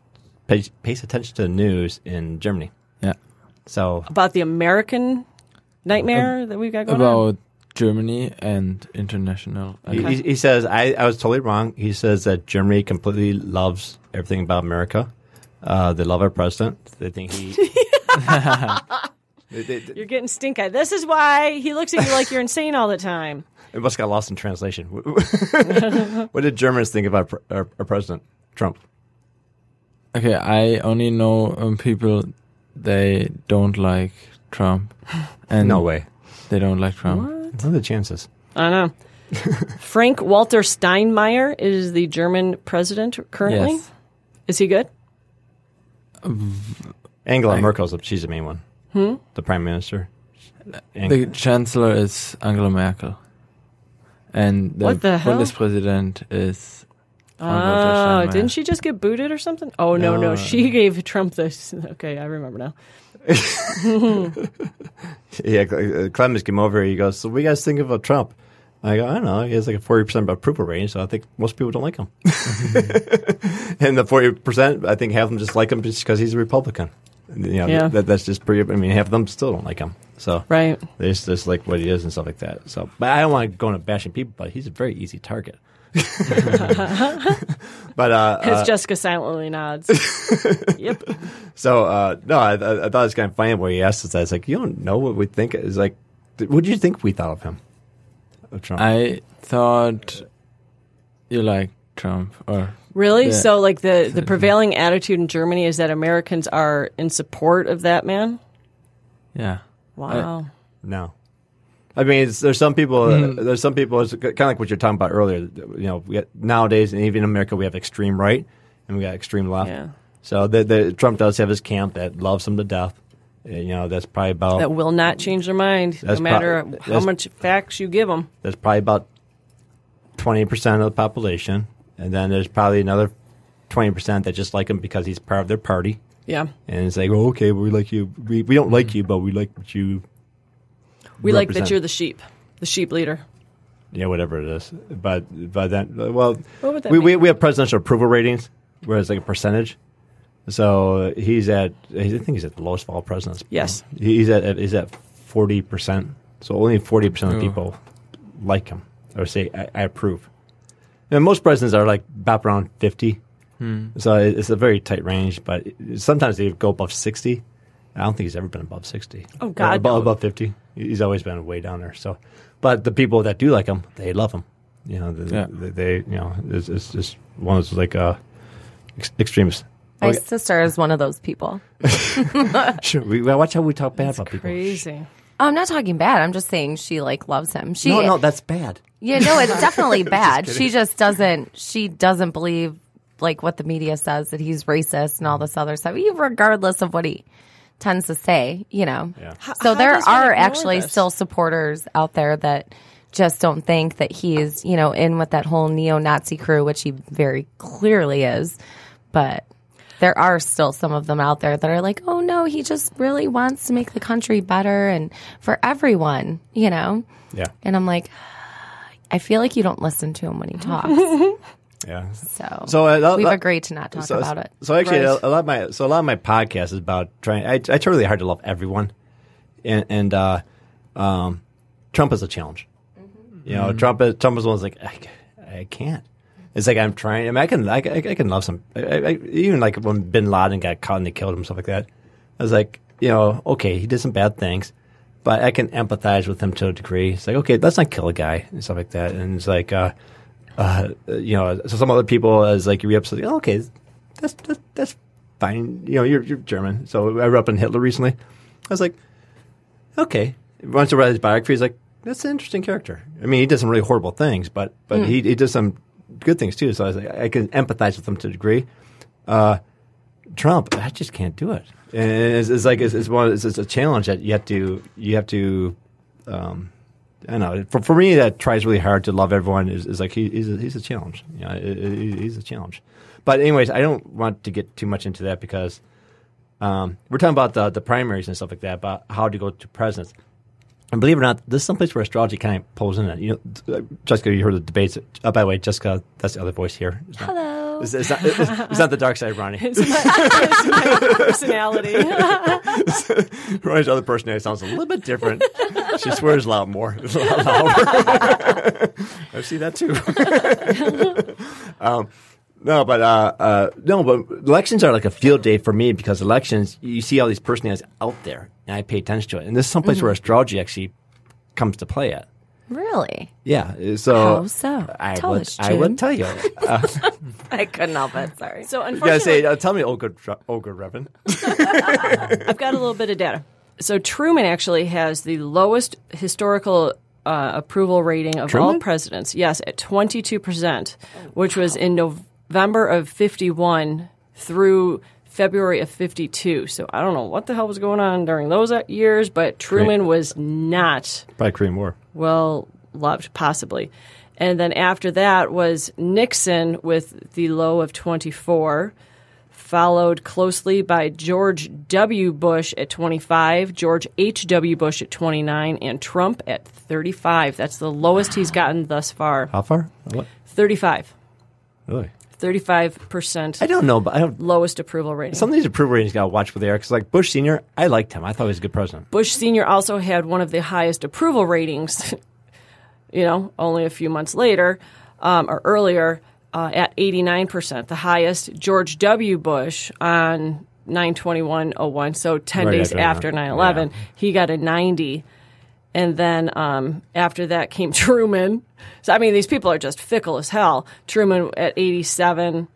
Speaker 2: pays, pays attention to the news in Germany.
Speaker 4: Yeah,
Speaker 2: So
Speaker 3: About the American nightmare that we've got going on?
Speaker 4: about Germany and international. I
Speaker 2: he- he, he says I, I was totally wrong. He says that Germany completely loves everything about America. Uh, they love our president. They think he They- they-
Speaker 3: You're getting stink eye. This is why he looks at you like you're insane all the time.
Speaker 2: it must got lost in translation. [laughs] what did Germans think about pr- our, our president Trump?
Speaker 4: Okay, I only know um, people they don't like Trump, and
Speaker 2: No way.
Speaker 4: they don't like Trump.
Speaker 2: What are the chances?
Speaker 3: I know. Frank Walter Steinmeier is the German president currently.
Speaker 4: Yes,
Speaker 3: Is he good?
Speaker 2: Angela Merkel's the, she's the main one. Hmm? The prime minister. Ang-
Speaker 4: the chancellor is Angela Merkel, and the,
Speaker 3: What the hell?
Speaker 4: Bundespräsident is
Speaker 3: Oh, didn't she just get booted or something? Oh no, no,
Speaker 4: No.
Speaker 3: she gave Trump this. Okay, I remember now.
Speaker 2: Yeah, Cle- uh, Clemens came over. He goes, "So, what do you guys think of uh, Trump?" I go, "I don't know. He has like a forty percent approval rating, so I think most people don't like him." [laughs] and the forty percent, I think half of them just like him just because he's a Republican. You know,
Speaker 3: Yeah.
Speaker 2: that, that's just pretty. I mean, half of them still don't like him. So
Speaker 3: Right?
Speaker 2: they just, just like what he is and stuff like that. So, but I don't want to go into bashing people, but he's a very easy target. [laughs] but uh,
Speaker 3: As
Speaker 2: uh,
Speaker 3: Jessica silently nods. yep.
Speaker 2: so uh, no, I, I I thought it was kind of funny when he asked us. that. It's like you don't know what we think. It's like, th- what do you think we thought of him? Of Trump?
Speaker 4: I thought you like Trump or
Speaker 3: Really?
Speaker 4: Yeah.
Speaker 3: So, like the the prevailing attitude in Germany is that Americans are in support of that man.
Speaker 4: yeah.
Speaker 3: Wow.
Speaker 2: No. I mean, it's, there's some people.
Speaker 3: Mm-hmm.
Speaker 2: uh, There's some people. It's kind of like what you're talking about earlier. You know, we got, nowadays, and even in America, we have extreme right and we got extreme left.
Speaker 3: Yeah.
Speaker 2: So the, the, Trump does have his camp that loves him to death. Uh, You know, that's probably about
Speaker 3: That will not change their mind, no
Speaker 2: That's
Speaker 3: matter
Speaker 2: prob-
Speaker 3: how
Speaker 2: that's-
Speaker 3: much facts you give them.
Speaker 2: that's probably about twenty percent of the population, and then there's probably another twenty percent that just like him because he's part of their party.
Speaker 3: Yeah.
Speaker 2: And it's like, well, okay, we like you. We, we don't like you, but we like what you
Speaker 3: We like that
Speaker 2: Represent.
Speaker 3: you're the sheep, the sheep leader.
Speaker 2: Yeah, whatever it is. But but then, well,
Speaker 3: What would that
Speaker 2: we,
Speaker 3: be?
Speaker 2: we we have presidential approval ratings, where it's like a percentage. So he's at I think he's at the lowest of all presidents.
Speaker 3: Yes.
Speaker 2: he's at at- he's at forty percent. So only forty percent of
Speaker 4: Oh.
Speaker 2: people like him or say I, I approve. And most presidents are like about around fifty. So it- it's a very tight range, but sometimes they go above sixty. I don't think he's ever been above sixty.
Speaker 3: Oh, God,
Speaker 2: Or above,
Speaker 3: no.
Speaker 2: above fifty. He's always been way down there. So, but the people that do like him, they love him. You know, they,
Speaker 4: Yeah.
Speaker 2: they, they you know, it's, it's just one of those like uh, ex- extremists.
Speaker 5: My
Speaker 2: Okay.
Speaker 5: sister is one of those people.
Speaker 2: Sure, we, well, watch how we talk bad about people.
Speaker 3: Crazy.
Speaker 5: I'm not talking bad. I'm just saying she like loves him. She
Speaker 2: No, no, that's bad.
Speaker 5: Yeah, no, it's definitely bad. she just doesn't. She doesn't believe like what the media says that he's racist and all this other stuff. Even regardless of what he tends to say, you know.
Speaker 3: how
Speaker 5: So there
Speaker 3: does one
Speaker 5: are
Speaker 3: ignore
Speaker 5: actually
Speaker 3: this?
Speaker 5: still supporters out there that just don't think that he's you know in with that whole neo-Nazi crew, which he very clearly is. But there are still some of them out there that are like, oh no, he just really wants to make the country better and for everyone, you know.
Speaker 2: Yeah,
Speaker 5: And I'm like, I feel like you don't listen to him when he [laughs] talks.
Speaker 2: yeah.
Speaker 5: So,
Speaker 2: So, uh, that-
Speaker 5: we've
Speaker 2: that-
Speaker 5: agreed to not talk
Speaker 2: so,
Speaker 5: about it.
Speaker 2: So actually,
Speaker 3: Right.
Speaker 2: a, a lot of my so a lot of my podcast is about trying. I, I try really hard to love everyone, and, and uh, um, Trump is a challenge.
Speaker 5: Mm-hmm.
Speaker 2: You know, Trump is Trump is one that's like I, ca- I can't. It's like I'm trying. I mean, I can I, ca- I can love some. I, I, I- even like when Bin Laden got caught and they killed him, stuff like that. I was like, you know, okay, he did some bad things. But I can empathize with him to a degree. It's like, okay, let's not kill a guy and stuff like that. And it's like, uh, uh, you know, so some other people is like you re up so oh, okay, that's, that's that's fine. You know, you're you're German. So I grew up in Hitler recently. I was like, okay. Once I read his biography, he's like, that's an interesting character. I mean, he did some really horrible things, but but he he did some good things too. So I was like, I can empathize with him to a degree. Uh, Trump, I just can't do it. And it's, it's like it's, it's one. It's, it's a challenge that you have to. You have to. Um, I don't know. For, for me, that tries really hard to love everyone. Is, is like he, he's a, he's a challenge. You know, he- he- he's a challenge. But anyways, I don't want to get too much into that because um, we're talking about the the primaries and stuff like that. About how to go to presidents. And believe it or not, this is someplace where astrology kind of pulls in it. You know, Jessica, you heard the debates. Oh, by the way, Jessica, that's the other voice here. It's not,
Speaker 5: Hello.
Speaker 2: It's, it's not, it's, it's not the dark side, Ronnie.
Speaker 3: It's my, it's my personality.
Speaker 2: Ronnie's other personality sounds a little bit different. she swears a lot more. [laughs] A lot louder. [laughs] I see that too. um, no, but uh, uh, no, but elections are like a field day for me because elections, you see all these personalities out there, and I pay attention to it. And this is someplace
Speaker 5: Mm-hmm.
Speaker 2: where astrology actually comes to play at.
Speaker 5: Really?
Speaker 2: Yeah, uh, so
Speaker 5: How so?
Speaker 2: I
Speaker 5: Tell
Speaker 2: would,
Speaker 5: us,
Speaker 2: I would
Speaker 5: June. [laughs]
Speaker 2: tell you. Uh,
Speaker 5: I couldn't help it. Sorry.
Speaker 3: So
Speaker 2: you gotta
Speaker 3: unfortunately,
Speaker 2: say, uh, tell me, oh good, Dr- oh good, Reverend.
Speaker 3: I've got a little bit of data. So Truman actually has the lowest historical uh, approval rating of all
Speaker 2: Truman?
Speaker 3: presidents. Yes, at 22%, which was in November of 51 through February of 52. So I don't know what the hell was going on during those uh, years, but Truman was not
Speaker 2: By Korean War.
Speaker 3: well loved, possibly. And then after that was Nixon with the low of 24, followed closely by George W. Bush at 25, George H.W. Bush at 29, and Trump at 35. That's the lowest he's gotten thus far.
Speaker 2: How far? What?
Speaker 3: 35.
Speaker 2: Really?
Speaker 3: 35%
Speaker 2: I don't know, but I don't.
Speaker 3: lowest approval rating.
Speaker 2: Some of these approval ratings got to watch what they are. Because like Bush Senior, I liked him. I thought he was a good president.
Speaker 3: Bush Sr. also had one of the highest approval ratings, [laughs] you know, only a few months later um, or earlier uh, at 89%, the highest. George W. Bush on 92101, so 10
Speaker 2: Right
Speaker 3: days
Speaker 2: after
Speaker 3: after
Speaker 2: 9/11.
Speaker 3: 9 11, he got a 90. And then um, after that came [laughs] Truman. So, I mean, these people are just fickle as hell. Truman at 87,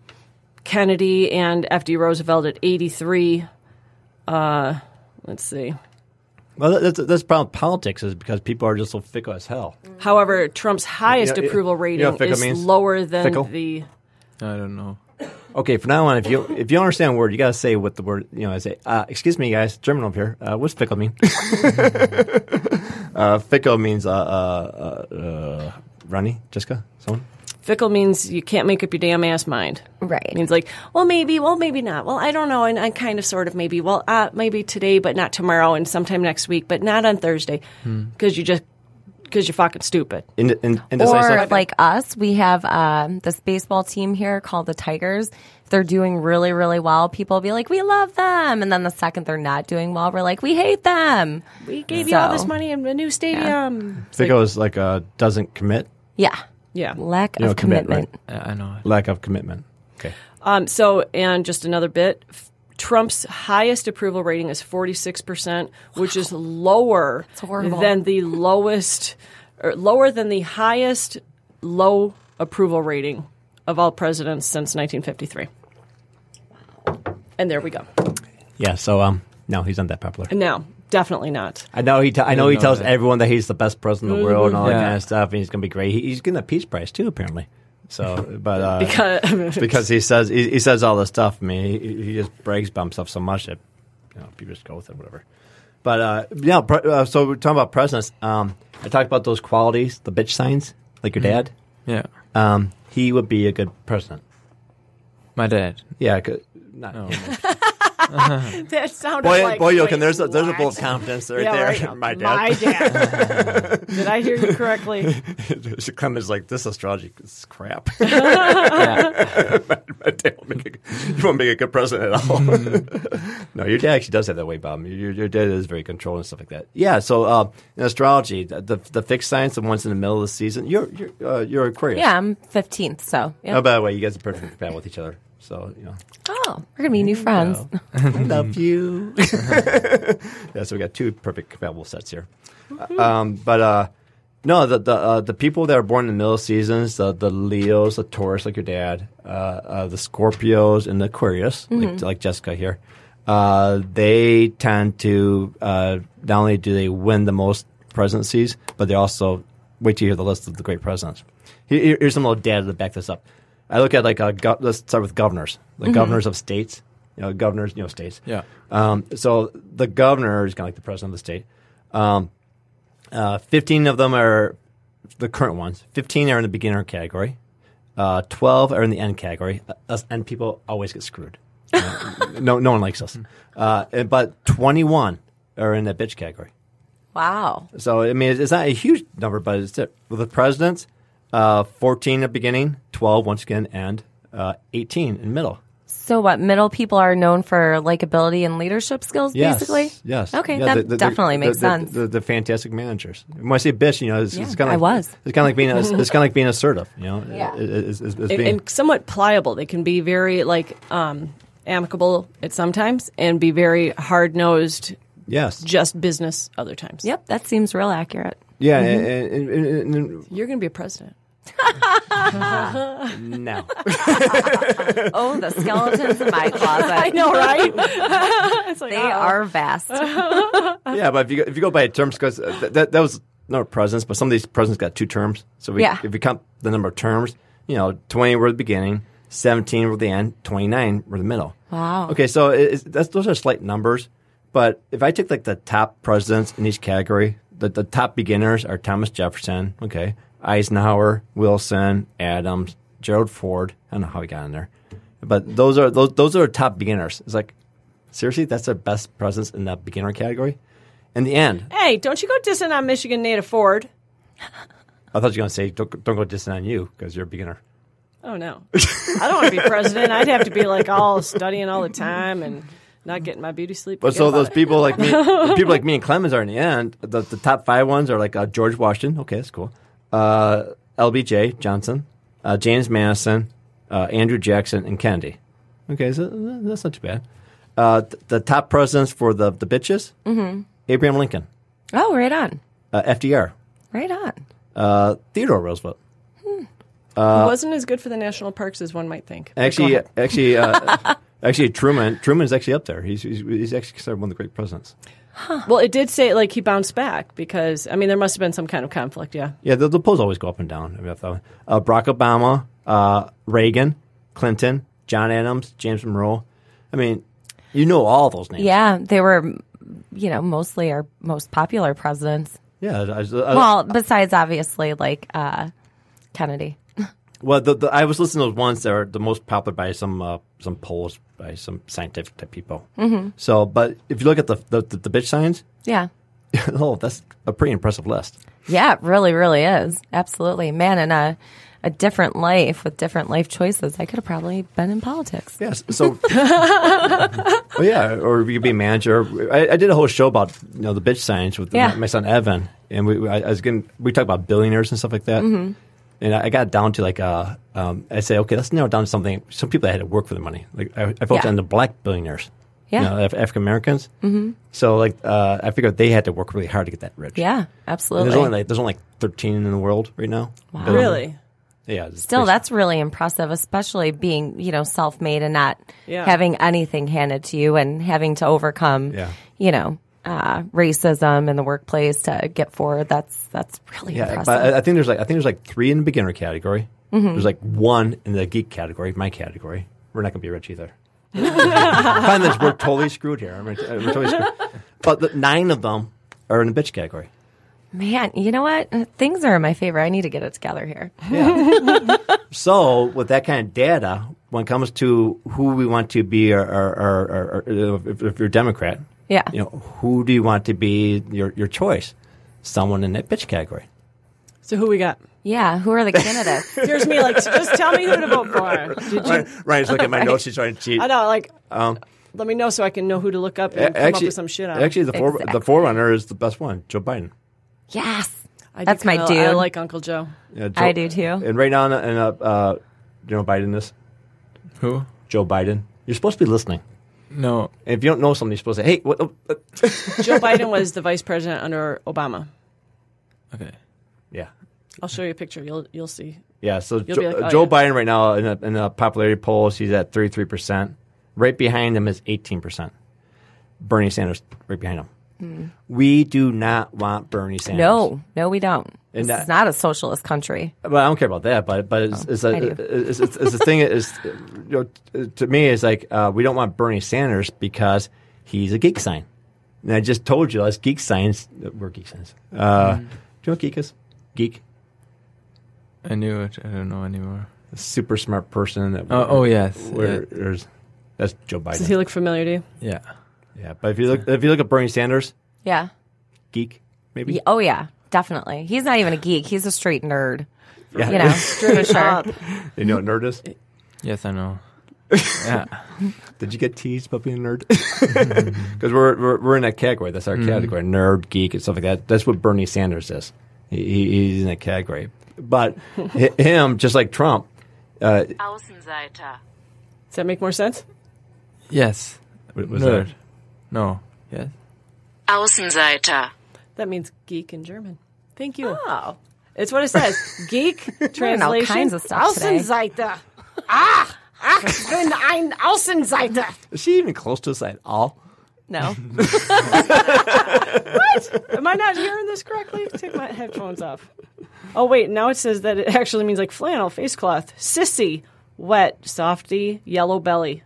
Speaker 3: Kennedy and F.D. Roosevelt at 83. Uh, let's see.
Speaker 2: Well, that- that's that's the problem with politics is because people are just so fickle as hell.
Speaker 3: However, Trump's highest
Speaker 2: You know,
Speaker 3: approval
Speaker 2: you know
Speaker 3: rating
Speaker 2: what fickle
Speaker 3: is
Speaker 2: means?
Speaker 3: lower than
Speaker 2: Fickle?
Speaker 3: the.
Speaker 4: I don't know.
Speaker 2: Okay, from now on, if you if you don't understand a word, you got to say what the word. You know, I say, uh, excuse me, guys, German over here. Uh, what's fickle mean? [laughs] uh, fickle means uh, uh, uh, uh, Ronnie, Jessica, someone.
Speaker 3: Fickle means you can't make up your damn ass mind.
Speaker 5: Right.
Speaker 3: It means like, well, maybe, well, maybe not. Well, I don't know. And I kind of, sort of, maybe, well, uh, maybe today, but not tomorrow, and sometime next week, but not on Thursday,
Speaker 2: Hmm.
Speaker 3: because you just because you're fucking stupid.
Speaker 2: In, in,
Speaker 5: or
Speaker 2: indecisive.
Speaker 5: like us, we have um, this baseball team here called the Tigers. If they're doing really, really well, people will be like, "We love them," and then the second they're not doing well, we're like, "We hate them."
Speaker 3: We gave you all
Speaker 5: So-
Speaker 3: this money and a new stadium.
Speaker 2: fickle is like uh, doesn't commit,
Speaker 5: Yeah,
Speaker 3: Yeah.
Speaker 5: lack
Speaker 2: You know,
Speaker 5: of
Speaker 2: commit, right?
Speaker 5: commitment.
Speaker 4: I, I know.
Speaker 2: lack of commitment. Okay,
Speaker 3: Um, so, and just another bit, f- Trump's highest approval rating is 46%, which is lower
Speaker 5: horrible.
Speaker 3: than the lowest, or lower than the highest low approval rating of all presidents since 1953. And there we go.
Speaker 2: yeah. So um, no, he's not that popular.
Speaker 3: No, definitely not.
Speaker 2: I know he. T- I know he
Speaker 4: know
Speaker 2: tells
Speaker 4: that.
Speaker 2: everyone that he's the best president in the world and all that
Speaker 4: Yeah.
Speaker 2: kind of stuff, and he's going to be great. He, he's getting a peace prize too, apparently. So, [laughs] but uh, [laughs]
Speaker 3: Because
Speaker 2: because he says he, he says all this stuff. I mean, he, he just brags about himself so much that you know people just go with it, whatever. But uh, yeah, pre- uh, so we're talking about presidents. Um, I talked about those qualities, the bitch signs, like your dad.
Speaker 4: Yeah.
Speaker 2: Um, he would be a good president.
Speaker 4: My dad.
Speaker 2: Yeah, 'cause- not.
Speaker 4: Oh.
Speaker 3: [laughs] that sounded
Speaker 2: Boy,
Speaker 3: like
Speaker 2: boy, Jochen,
Speaker 3: wait,
Speaker 2: there's a there's a
Speaker 3: what?
Speaker 2: bowl of confidence right
Speaker 3: Yeah,
Speaker 2: there. [laughs]
Speaker 3: right.
Speaker 2: My dad.
Speaker 3: My
Speaker 2: [laughs]
Speaker 3: dad. Did I hear you correctly?
Speaker 2: Clem is like, this astrology is [laughs] crap.
Speaker 4: yeah.
Speaker 2: [laughs] My dad won't make a- you won't make a good president at all. no, your dad actually does have that way, Bob. Your, your dad is very controlled and stuff like that. Yeah, so uh, in astrology, the, the the fixed signs, the ones in the middle of the season, you're you're, uh, you're Aquarius.
Speaker 5: Yeah, I'm 15th, so yeah.
Speaker 2: Oh, by the way, you guys are perfectly compatible with each other. So you know,
Speaker 5: oh, we're gonna be new friends.
Speaker 2: [laughs] I love you. [laughs] yeah, so we got two perfect compatible sets here. Um, but uh, no, the the uh, the people that are born in the middle seasons, the the Leos, the Taurus, like your dad, uh, uh, the Scorpios, and the Aquarius, like, like Jessica here, uh, they tend to uh, not only do they win the most presidencies, but they also wait till you hear the list of the great presidents. Here- Here, here's some little data to back this up. I look at like uh gov let's start with governors, the governors of states, you know, governors, you know, states.
Speaker 4: Yeah.
Speaker 2: Um, so the governor is kind of like the president of the state. Um, uh, 15 of them are the current ones. 15 are in the beginner category. Uh, 12 are in the end category. Uh, Us end people always get screwed. Uh, [laughs] no, no one likes us. Uh, and- but 21 are in the bitch category.
Speaker 5: Wow.
Speaker 2: So I mean, it's- it's not a huge number, but it's it. With the presidents, uh, 14 at beginning, 12 once again end, uh, 18 in middle.
Speaker 5: So what? Middle people are known for likability and leadership skills,
Speaker 2: Yes,
Speaker 5: basically.
Speaker 2: Yes.
Speaker 5: Okay,
Speaker 2: Yeah,
Speaker 5: that
Speaker 2: the- the-
Speaker 5: definitely
Speaker 2: the-
Speaker 5: makes
Speaker 2: the-
Speaker 5: sense.
Speaker 2: The, the, fantastic managers. When I say bitch, you know, it's,
Speaker 5: Yeah,
Speaker 2: it's kind of
Speaker 5: I
Speaker 2: like,
Speaker 5: was.
Speaker 2: It's kind of like being it's, it's kind of like being assertive. You know,
Speaker 5: Yeah.
Speaker 2: It- it- it's- it's
Speaker 3: and,
Speaker 2: being-
Speaker 3: and somewhat pliable. They can be very like um, amicable at sometimes, and be very hard nosed,
Speaker 2: yes,
Speaker 3: just business other times.
Speaker 5: yep, that seems real accurate.
Speaker 2: yeah.
Speaker 3: Mm-hmm.
Speaker 2: and- and- and- and- and-
Speaker 3: you're going to be a [laughs] president.
Speaker 2: and-
Speaker 5: [laughs]
Speaker 2: no,
Speaker 5: Oh, the skeletons in [laughs] my closet.
Speaker 3: I know, right? It's like,
Speaker 5: They
Speaker 3: uh-oh.
Speaker 5: are vast.
Speaker 2: yeah. But if you go, if you go by terms, because that, that that was not presidents, but some of these presidents got two terms. So we,
Speaker 5: Yeah.
Speaker 2: if you count the number of terms, you know, twenty were the beginning, seventeen were the end, twenty nine were the middle.
Speaker 5: Wow.
Speaker 2: Okay, so it, it's, that's, those are slight numbers, but if I take like the top presidents in each category, the, the top beginners are Thomas Jefferson, okay, Eisenhower, Wilson, Adams, Gerald Ford. I don't know how he got in there, but those are those those are top beginners. It's like seriously, that's their best presence in that beginner category. In the end,
Speaker 3: Hey, don't you go dissing on Michigan native Ford.
Speaker 2: I thought you were going to say don't, don't go dissing on you because you're a beginner.
Speaker 3: Oh no, I don't want to be president. I'd have to be like all studying all the time and not getting my beauty sleep.
Speaker 2: But
Speaker 3: Forget
Speaker 2: so
Speaker 3: about
Speaker 2: those
Speaker 3: it.
Speaker 2: people
Speaker 3: [laughs]
Speaker 2: like me, the people like me and Clemens are in the end. The, the top five ones are like uh, George Washington. Okay, that's cool. Uh, LBJ Johnson, uh, James Madison, uh, Andrew Jackson, and Kennedy. Okay, so uh, that's not too bad. Uh, th- the top presidents for the the bitches: mm-hmm. Abraham Lincoln,
Speaker 5: [laughs] Oh, right on.
Speaker 2: uh, FDR,
Speaker 5: Right on.
Speaker 2: uh, Theodore Roosevelt.
Speaker 3: wasn't as good for the national parks as one might think. But go
Speaker 2: uh, Actually,
Speaker 3: ahead.
Speaker 2: actually,
Speaker 3: [laughs]
Speaker 2: uh, actually, Truman. Truman's actually up there. He's he's, he's actually considered one of the great presidents.
Speaker 3: well, it did say like he bounced back because I mean there must have been some kind of conflict. Yeah,
Speaker 2: Yeah, the, the polls always go up and down. I mean, that one. Uh, Barack Obama, uh, Reagan, Clinton, John Adams, James Monroe. I mean, you know all those names.
Speaker 5: Yeah, they were, you know, mostly our most popular presidents.
Speaker 2: Yeah. I, I,
Speaker 5: Well, um, besides obviously like uh, Kennedy.
Speaker 2: well, the, the, I was listening to those ones that are the most popular by some uh, some polls by some scientific type people. Mm-hmm. So, but if you look at the the, the, the bitch signs, [laughs]
Speaker 5: Yeah.
Speaker 2: oh, that's a pretty impressive list.
Speaker 5: Yeah, it really, really is. Absolutely. Man, in a, a different life with different life choices, I could have probably been in politics.
Speaker 2: Yes.
Speaker 5: [laughs]
Speaker 2: So, well, yeah, or you could be a manager. I, I did a whole show about you know the bitch signs with
Speaker 5: Yeah.
Speaker 2: my, my son Evan, and we I, I was getting we talked about billionaires and stuff like that,
Speaker 5: Mm-hmm.
Speaker 2: and I, I got down to like uh, um, I say okay, let's narrow down to something. Some people that had to work for the money. Like I, I focused
Speaker 5: Yeah.
Speaker 2: on the black billionaires,
Speaker 5: Yeah.
Speaker 2: you know, Af- African Americans. Mm-hmm. So like uh, I figured they had to work really hard to get that rich.
Speaker 5: Yeah,
Speaker 2: And
Speaker 5: absolutely.
Speaker 2: there's only like there's only like 13 in the world right now. Billionaires.
Speaker 3: really.
Speaker 2: Yeah. it's
Speaker 5: Still,
Speaker 2: pretty-
Speaker 5: that's really impressive, especially being, you know, self made and not
Speaker 3: Yeah.
Speaker 5: having anything handed to you and having to overcome,
Speaker 2: Yeah.
Speaker 5: you know, uh, racism in the workplace to get forward. That's that's really
Speaker 2: Yeah,
Speaker 5: impressive.
Speaker 2: but uh, I, I think there's like I think there's like three in the beginner category. There's like one in the geek category, my category. We're not gonna be rich either. [laughs] Find this, we're totally screwed here. I'm, we're totally screwed. But the, nine of them are in the bitch category.
Speaker 5: Man, you know what? Uh, Things are in my favor. I need to get it together here.
Speaker 2: [laughs] So with that kind of data, when it comes to who we want to be, or, or, or, or, or if, if you're a Democrat,
Speaker 5: Yeah.
Speaker 2: you know who do you want to be your your choice? Someone in that bitch category.
Speaker 3: So who we got?
Speaker 5: Yeah,
Speaker 2: [laughs]
Speaker 5: who are the candidates?
Speaker 3: Here's me like just tell me who to vote for.
Speaker 2: [laughs]
Speaker 3: Did you?
Speaker 2: Ryan's looking at
Speaker 3: [laughs]
Speaker 2: my notes. She's trying to cheat.
Speaker 3: I know like. let me know so I can know who to look up and come up with some shit on.
Speaker 2: Um, actually, the fore, the
Speaker 5: Exactly.
Speaker 2: forerunner is the best one, Joe Biden.
Speaker 5: yes.
Speaker 3: I do
Speaker 5: That's my
Speaker 3: kinda- I
Speaker 5: dude.
Speaker 3: like Uncle Joe.
Speaker 2: Yeah, Joe,
Speaker 5: I do too.
Speaker 2: And right now, and uh, uh, you know, Biden is
Speaker 4: Who?
Speaker 2: Joe Biden. You're supposed to be listening.
Speaker 4: No.
Speaker 2: And if you don't know something, you're supposed to say, "Hey, what?" oh, uh,
Speaker 3: Joe Biden was the vice president under Obama.
Speaker 4: Okay.
Speaker 2: yeah,
Speaker 3: I'll show you a picture. You'll you'll see.
Speaker 2: yeah. So
Speaker 3: You'll
Speaker 2: Jo-
Speaker 3: be like,
Speaker 2: uh,
Speaker 3: oh,
Speaker 2: Joe
Speaker 3: yeah.
Speaker 2: Biden right now in the, in the popularity polls, he's at 33 percent. Right behind him is 18 percent. Bernie Sanders right behind him. We do not want Bernie Sanders.
Speaker 5: Hmm. No, no, we don't.
Speaker 2: And
Speaker 5: This
Speaker 2: that-
Speaker 5: is not a socialist country.
Speaker 2: Well, I don't care about that, but but it's, it's,
Speaker 5: Oh, I
Speaker 2: a,
Speaker 5: do.
Speaker 2: it's, it's, it's the thing is you know, to me it's like uh, we don't want Bernie Sanders because he's a geek sign, and I just told you us geek signs we're geek signs. Uh,
Speaker 5: Mm-hmm.
Speaker 2: Do you know what geek is? Geek,
Speaker 4: I knew it. I don't know anymore.
Speaker 2: a super smart person. That
Speaker 4: Oh, oh yes.
Speaker 2: where,
Speaker 4: Yeah.
Speaker 2: there's- that's Joe
Speaker 3: Does he
Speaker 2: Biden.
Speaker 3: look familiar to you?
Speaker 4: Yeah.
Speaker 2: Yeah, but if you look if you look at Bernie Sanders,
Speaker 5: Yeah.
Speaker 2: geek maybe.
Speaker 5: Y- Oh yeah, definitely. He's not even a geek. He's a straight nerd.
Speaker 2: Yeah.
Speaker 5: You
Speaker 2: [laughs]
Speaker 5: know, for sure.
Speaker 2: you know what nerd is?
Speaker 4: Yes, I know. yeah.
Speaker 2: Did you get teased about being a [laughs] nerd? Because we're, we're we're in that category. That's our category: nerd, geek, and stuff like that. That's what Bernie Sanders is. He, he- he's in that category. But [laughs] hi- him, just like Trump,
Speaker 6: Außenseiter.
Speaker 3: Does that make more sense?
Speaker 4: Yes.
Speaker 2: w- was
Speaker 4: Nerd.
Speaker 2: a-
Speaker 4: No. Yes.
Speaker 6: Außenseiter.
Speaker 3: That means geek in German. Thank you. Oh. It's what it says.
Speaker 5: [laughs]
Speaker 3: Geek translation.
Speaker 5: all kinds of stuff today.
Speaker 3: Außenseiter. Ah, ach, ich bin ein Außenseiter.
Speaker 2: is she even close to us at all?
Speaker 5: No.
Speaker 3: Am I not hearing this correctly? Take my headphones off. Oh wait, now it says that it actually means like flannel, face cloth, sissy, wet, softy, yellow belly.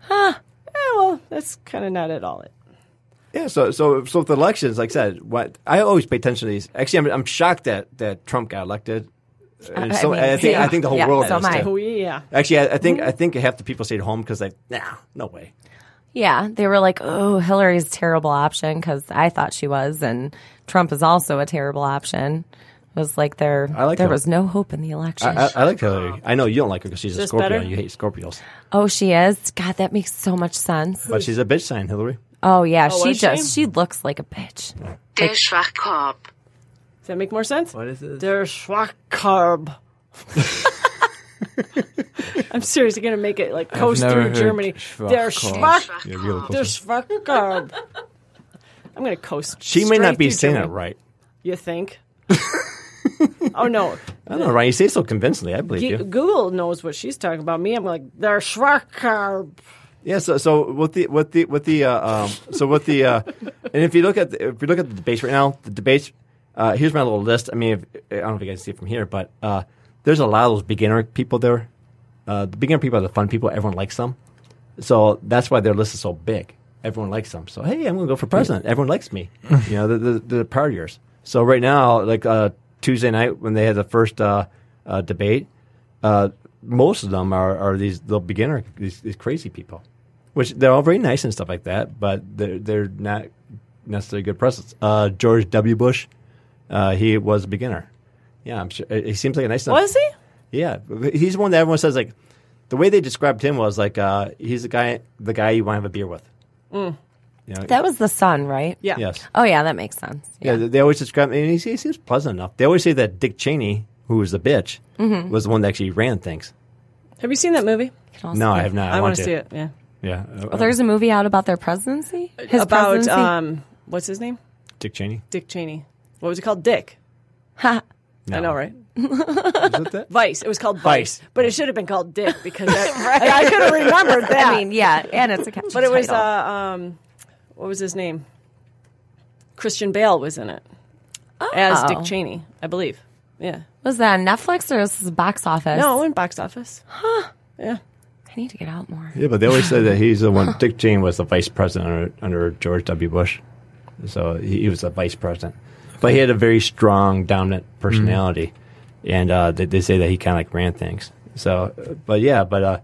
Speaker 3: Huh. Eh, well, that's kind of not at all it.
Speaker 2: Yeah, so so so with elections, like I said, what I always pay attention to these. Actually, I'm, I'm shocked that that Trump got elected, and
Speaker 5: Uh, I
Speaker 2: so I,
Speaker 5: mean,
Speaker 2: think I think the whole
Speaker 5: yeah,
Speaker 2: world
Speaker 5: so
Speaker 2: does
Speaker 5: am I.
Speaker 2: too.
Speaker 3: Oh yeah.
Speaker 2: Actually, I, I think I think half the people stayed home because they nah, no way.
Speaker 5: Yeah, they were like, "Oh, Hillary's a terrible option because I thought she was, and Trump is also a terrible option." It was like there,
Speaker 2: I like
Speaker 5: there
Speaker 2: her.
Speaker 5: was no hope in the election.
Speaker 2: I, I, I like Hillary. I know you don't like her because she's a
Speaker 3: Just
Speaker 2: Scorpio.
Speaker 3: better?
Speaker 2: You hate Scorpios,
Speaker 5: oh, she is. God, that makes so much sense.
Speaker 2: but she's a bitch sign, Hillary.
Speaker 5: Oh yeah,
Speaker 3: Oh,
Speaker 5: she
Speaker 3: is she?
Speaker 5: just she? looks like a bitch.
Speaker 6: Der Schwachkorb.
Speaker 3: Does that make more sense?
Speaker 4: What is this?
Speaker 2: [laughs]
Speaker 3: Der Schwachkarb. I'm serious. You're gonna make it like coast
Speaker 4: never
Speaker 3: through
Speaker 4: heard
Speaker 3: Germany.
Speaker 4: Schwachkarb.
Speaker 3: Der Schwach.
Speaker 6: Schwachkorb.
Speaker 3: Der Schwachkarb. I'm gonna coast.
Speaker 2: She may
Speaker 3: straight
Speaker 2: not be
Speaker 3: through
Speaker 2: saying that
Speaker 3: Germany.
Speaker 2: right.
Speaker 3: You think? [laughs] oh no.
Speaker 2: I don't know, Ryan. You say so convincingly. I believe
Speaker 3: G-
Speaker 2: you.
Speaker 3: Google knows what she's talking about. Me, I'm like Der Schwachkarb.
Speaker 2: Yeah. So, so with the with the with the uh, um, so with the uh, and if you look at the, if you look at the debates right now, the debates. Uh, here's my little list. I mean, if, I don't know if you guys see it from here, but uh, there's a lot of those beginner people there. Uh, the beginner people are the fun people. Everyone likes them, so that's why their list is so big. Everyone likes them. So hey, I'm going to go for president. Everyone likes me. you know, they're, they're, they're partiers. So right now, like uh, Tuesday night when they had the first uh, uh, debate, uh, most of them are, are these the beginner these, these crazy people, which they're all very nice and stuff like that, but they're they're not necessarily good presidents. Uh, George W. Bush, uh, he was a beginner. Yeah, I'm sure he seems like a nice. enough-
Speaker 3: Was he?
Speaker 2: Yeah, he's one that everyone says like the way they described him was like uh, he's the guy the guy you want to have a beer with.
Speaker 3: Mm.
Speaker 2: You know,
Speaker 5: That was the son, right?
Speaker 3: Yeah.
Speaker 2: yes.
Speaker 5: Oh yeah, that makes sense.
Speaker 2: Yeah, they- they always describe and he, se- he seems pleasant enough. They always say that Dick Cheney, who was the bitch, was the one that actually ran things.
Speaker 3: Have you seen that movie?
Speaker 5: Could also
Speaker 2: No, I
Speaker 5: be-
Speaker 2: have not. I,
Speaker 3: I,
Speaker 2: want
Speaker 3: want to see it. Yeah.
Speaker 2: Yeah, uh,
Speaker 5: Well, there's a movie out about their presidency. His
Speaker 3: about
Speaker 5: presidency.
Speaker 3: um, what's his name?
Speaker 2: Dick Cheney.
Speaker 3: Dick Cheney. What was it called? Dick. I know, [laughs] right?
Speaker 2: Is it that?
Speaker 3: Vice. It was called Vice,
Speaker 2: Vice.
Speaker 3: but it should have been called Dick because
Speaker 5: [laughs]
Speaker 3: that, I, I could have remembered that.
Speaker 5: I mean, [laughs] yeah, and it's a catchy
Speaker 3: but it was uh,
Speaker 5: title.
Speaker 3: um, what was his name? Christian Bale was in it as
Speaker 5: Oh.
Speaker 3: Dick Cheney, I believe. Yeah.
Speaker 5: was that on Netflix or was this box office?
Speaker 3: No, in box office. Huh? Yeah.
Speaker 5: I need to get out more.
Speaker 2: Yeah, but they always said that he's the one. Dick Cheney was the vice president under, under George W. Bush, so he, he was the vice president. But he had a very strong, dominant personality, and uh, they, they say that he kind of like ran things. So, uh, but yeah, but uh,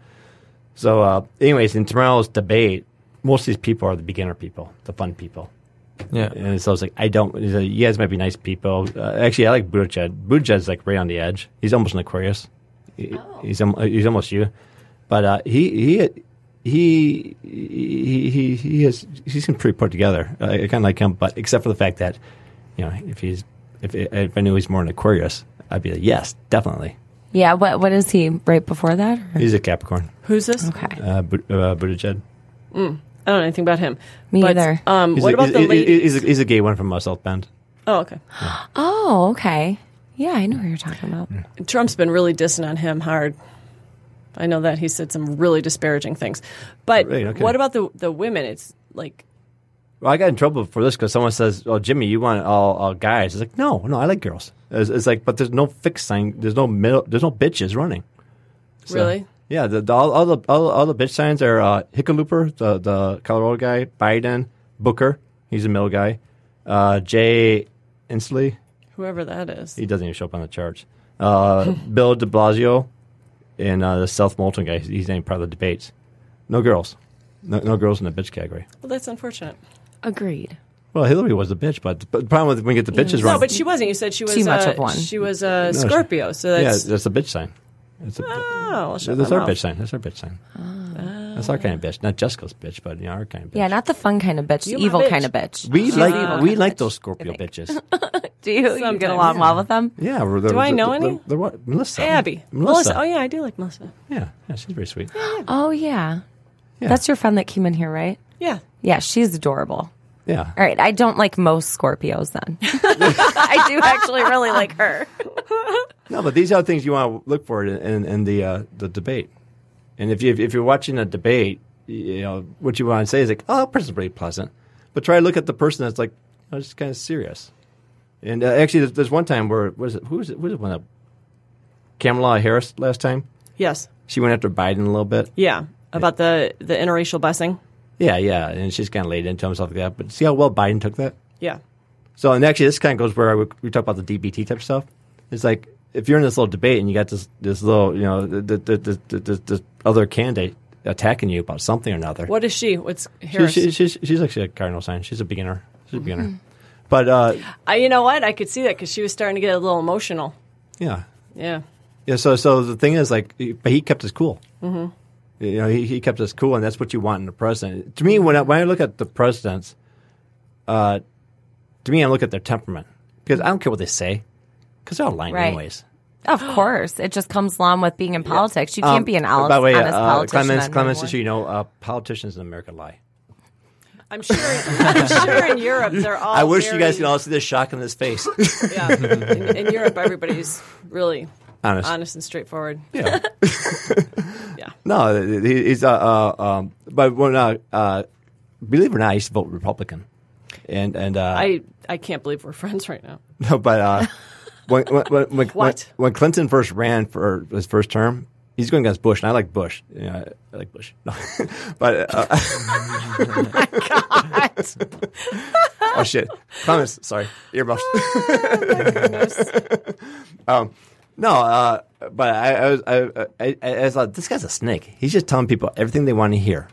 Speaker 2: so uh, anyways, in tomorrow's debate, most of these people are the beginner people, the fun people.
Speaker 4: Yeah.
Speaker 2: And so I was like, I don't. he's like, You guys might be nice people. Uh, actually, I like Buttigieg. Buttigieg's like right on the edge. He's almost an Aquarius. He-
Speaker 3: Oh.
Speaker 2: He's al- he's almost you, but uh, he he he he he he has he seems pretty put together. I, kind of like him, but except for the fact that you know if he's if if I knew he's more an Aquarius, I'd be like, yes, definitely.
Speaker 5: Yeah, what what is he right before that? or-
Speaker 2: He's a Capricorn.
Speaker 3: Who's this?
Speaker 5: Okay.
Speaker 2: Uh, but, uh, Buttigieg.
Speaker 3: I don't know anything about him.
Speaker 5: Me
Speaker 3: but,
Speaker 5: either.
Speaker 3: Um,
Speaker 2: He's
Speaker 3: what
Speaker 2: a,
Speaker 3: about
Speaker 2: he's,
Speaker 3: the
Speaker 2: he's-
Speaker 3: lady?
Speaker 2: He's a, he's a gay one from uh, South Bend.
Speaker 3: oh, okay.
Speaker 5: Oh, okay. Yeah, I know what you're talking about.
Speaker 3: Trump's been really dissing on him hard. I know that he said some really disparaging things. But
Speaker 2: Really? Okay.
Speaker 3: what about the the women? It's like
Speaker 2: Well, I got in trouble for this because someone says, "Oh, Jimmy, you want all, all guys?" It's like, no, no, I like girls. It's, it's like, but there's no fixed sign. There's no middle. There's no bitches running. So-
Speaker 3: really
Speaker 2: Yeah. The, the, all, all the all, all the bitch signs are uh, Hickenlooper, the the Colorado guy, Biden, Booker. He's a middle guy. Uh, Jay Inslee.
Speaker 3: whoever that is.
Speaker 2: He doesn't even show up on the charts. Uh, Bill De Blasio, and uh, the South Moulton guy. He's, he's ain't part of the debates. No girls. No, no girls in the bitch category.
Speaker 3: Well, that's unfortunate.
Speaker 5: Agreed.
Speaker 2: Well, Hillary was a bitch, but, but the problem with when you get the bitches
Speaker 3: No,
Speaker 2: wrong.
Speaker 3: but she wasn't. You said she was
Speaker 5: Too much
Speaker 3: a,
Speaker 5: of one.
Speaker 3: She was a
Speaker 2: she-
Speaker 3: Scorpio, so that's
Speaker 2: yeah, that's a bitch sign. That's, a,
Speaker 3: oh, well, shut
Speaker 2: that's
Speaker 3: my
Speaker 2: our
Speaker 3: mouth.
Speaker 2: bitch sign. That's our bitch sign.
Speaker 3: Ah.
Speaker 2: That's our kind of bitch. Not Jessica's bitch, but you know, our kind of bitch.
Speaker 5: Yeah, not the fun kind of bitch, the
Speaker 3: You my
Speaker 5: evil
Speaker 3: bitch.
Speaker 5: kind of bitch.
Speaker 2: we
Speaker 5: She's the
Speaker 2: like
Speaker 5: evil
Speaker 2: we
Speaker 5: kind of
Speaker 2: like
Speaker 5: bitch,
Speaker 2: those
Speaker 5: I
Speaker 2: Scorpio
Speaker 5: think.
Speaker 2: bitches.
Speaker 5: [laughs] Do you? You get
Speaker 3: Sometimes.
Speaker 5: along well with them?
Speaker 2: Yeah. we're- they're-
Speaker 3: Do I know
Speaker 2: they're-
Speaker 3: any?
Speaker 2: They're, they're what? Melissa.
Speaker 3: Abby,
Speaker 2: Melissa.
Speaker 3: Melissa. Oh yeah, I do like Melissa.
Speaker 2: yeah. Yeah, she's very
Speaker 3: [gasps]
Speaker 2: sweet.
Speaker 5: Oh yeah.
Speaker 2: Yeah.
Speaker 5: That's your friend that came in here, right?
Speaker 3: Yeah,
Speaker 5: Yeah, she's adorable.
Speaker 2: yeah.
Speaker 5: All right, I don't like most Scorpios [laughs] then. I do actually really like her.
Speaker 2: No, but these are things you want to look for in, in, in the uh, the debate. And if you if you're watching a debate, you know what you want to say is like, oh, that person's pretty pleasant, but try to look at the person that's like, oh, just kind of serious. And uh, actually, there's, there's one time where was it who was it who was it one of Kamala Harris last time?
Speaker 3: yes,
Speaker 2: She went after Biden a little bit.
Speaker 3: yeah. About the the interracial busing.
Speaker 2: Yeah, yeah. And she's kind of laid into him, stuff like that. But see how well Biden took that?
Speaker 3: Yeah.
Speaker 2: So, and actually, this kind of goes where we, we talk about the DBT type stuff. It's like if you're in this little debate and you got this this little you know the the the, the, the, the other candidate attacking you about something or another.
Speaker 3: What is she? What's
Speaker 2: She,
Speaker 3: Harris?
Speaker 2: she, she's she's actually a cardinal sign. She's a beginner. She's a beginner. But uh,
Speaker 3: I, you know what? I could see that because she was starting to get a little emotional.
Speaker 2: yeah,
Speaker 3: Yeah.
Speaker 2: yeah. So so the thing is like, but he kept his cool. Mm-hmm. You know, he, he kept us cool, and that's what you want in the president. To me, when I, when I look at the presidents, uh, to me, I look at their temperament because I don't care what they say because they're all lying
Speaker 5: Right.
Speaker 2: anyways.
Speaker 5: Of course, it just comes along with being in politics. You
Speaker 2: Um,
Speaker 5: can't be an honest,
Speaker 2: By the way,
Speaker 5: honest
Speaker 2: uh,
Speaker 5: politician.
Speaker 2: Clemens, Clemens,
Speaker 5: anymore.
Speaker 2: just so you know, uh, politicians in America lie.
Speaker 3: I'm sure.
Speaker 2: [laughs]
Speaker 3: I'm sure in Europe they're all.
Speaker 2: I
Speaker 5: Oh,
Speaker 2: wish you guys could
Speaker 3: very-
Speaker 2: all see the shock in his face.
Speaker 3: Yeah. In, in Europe, everybody's really
Speaker 2: [laughs] Honest.
Speaker 3: honest and straightforward.
Speaker 5: [laughs]
Speaker 2: Yeah.
Speaker 3: Yeah.
Speaker 2: No, he- he's uh, uh um, but when uh, uh, believe it or not, I used to vote Republican, and and uh,
Speaker 3: I I can't believe we're friends right now.
Speaker 2: [laughs] no, but uh, when when when, when,
Speaker 3: What?
Speaker 2: when Clinton first ran for his first term, he's going against Bush, and I like Bush. Yeah, I like Bush, no. [laughs] but uh, [laughs] oh shit, Thomas, sorry, earmuffs. [laughs] um, no, uh, but I, I was I, I, I, I thought this guy's a snake. He's just telling people everything they want to hear,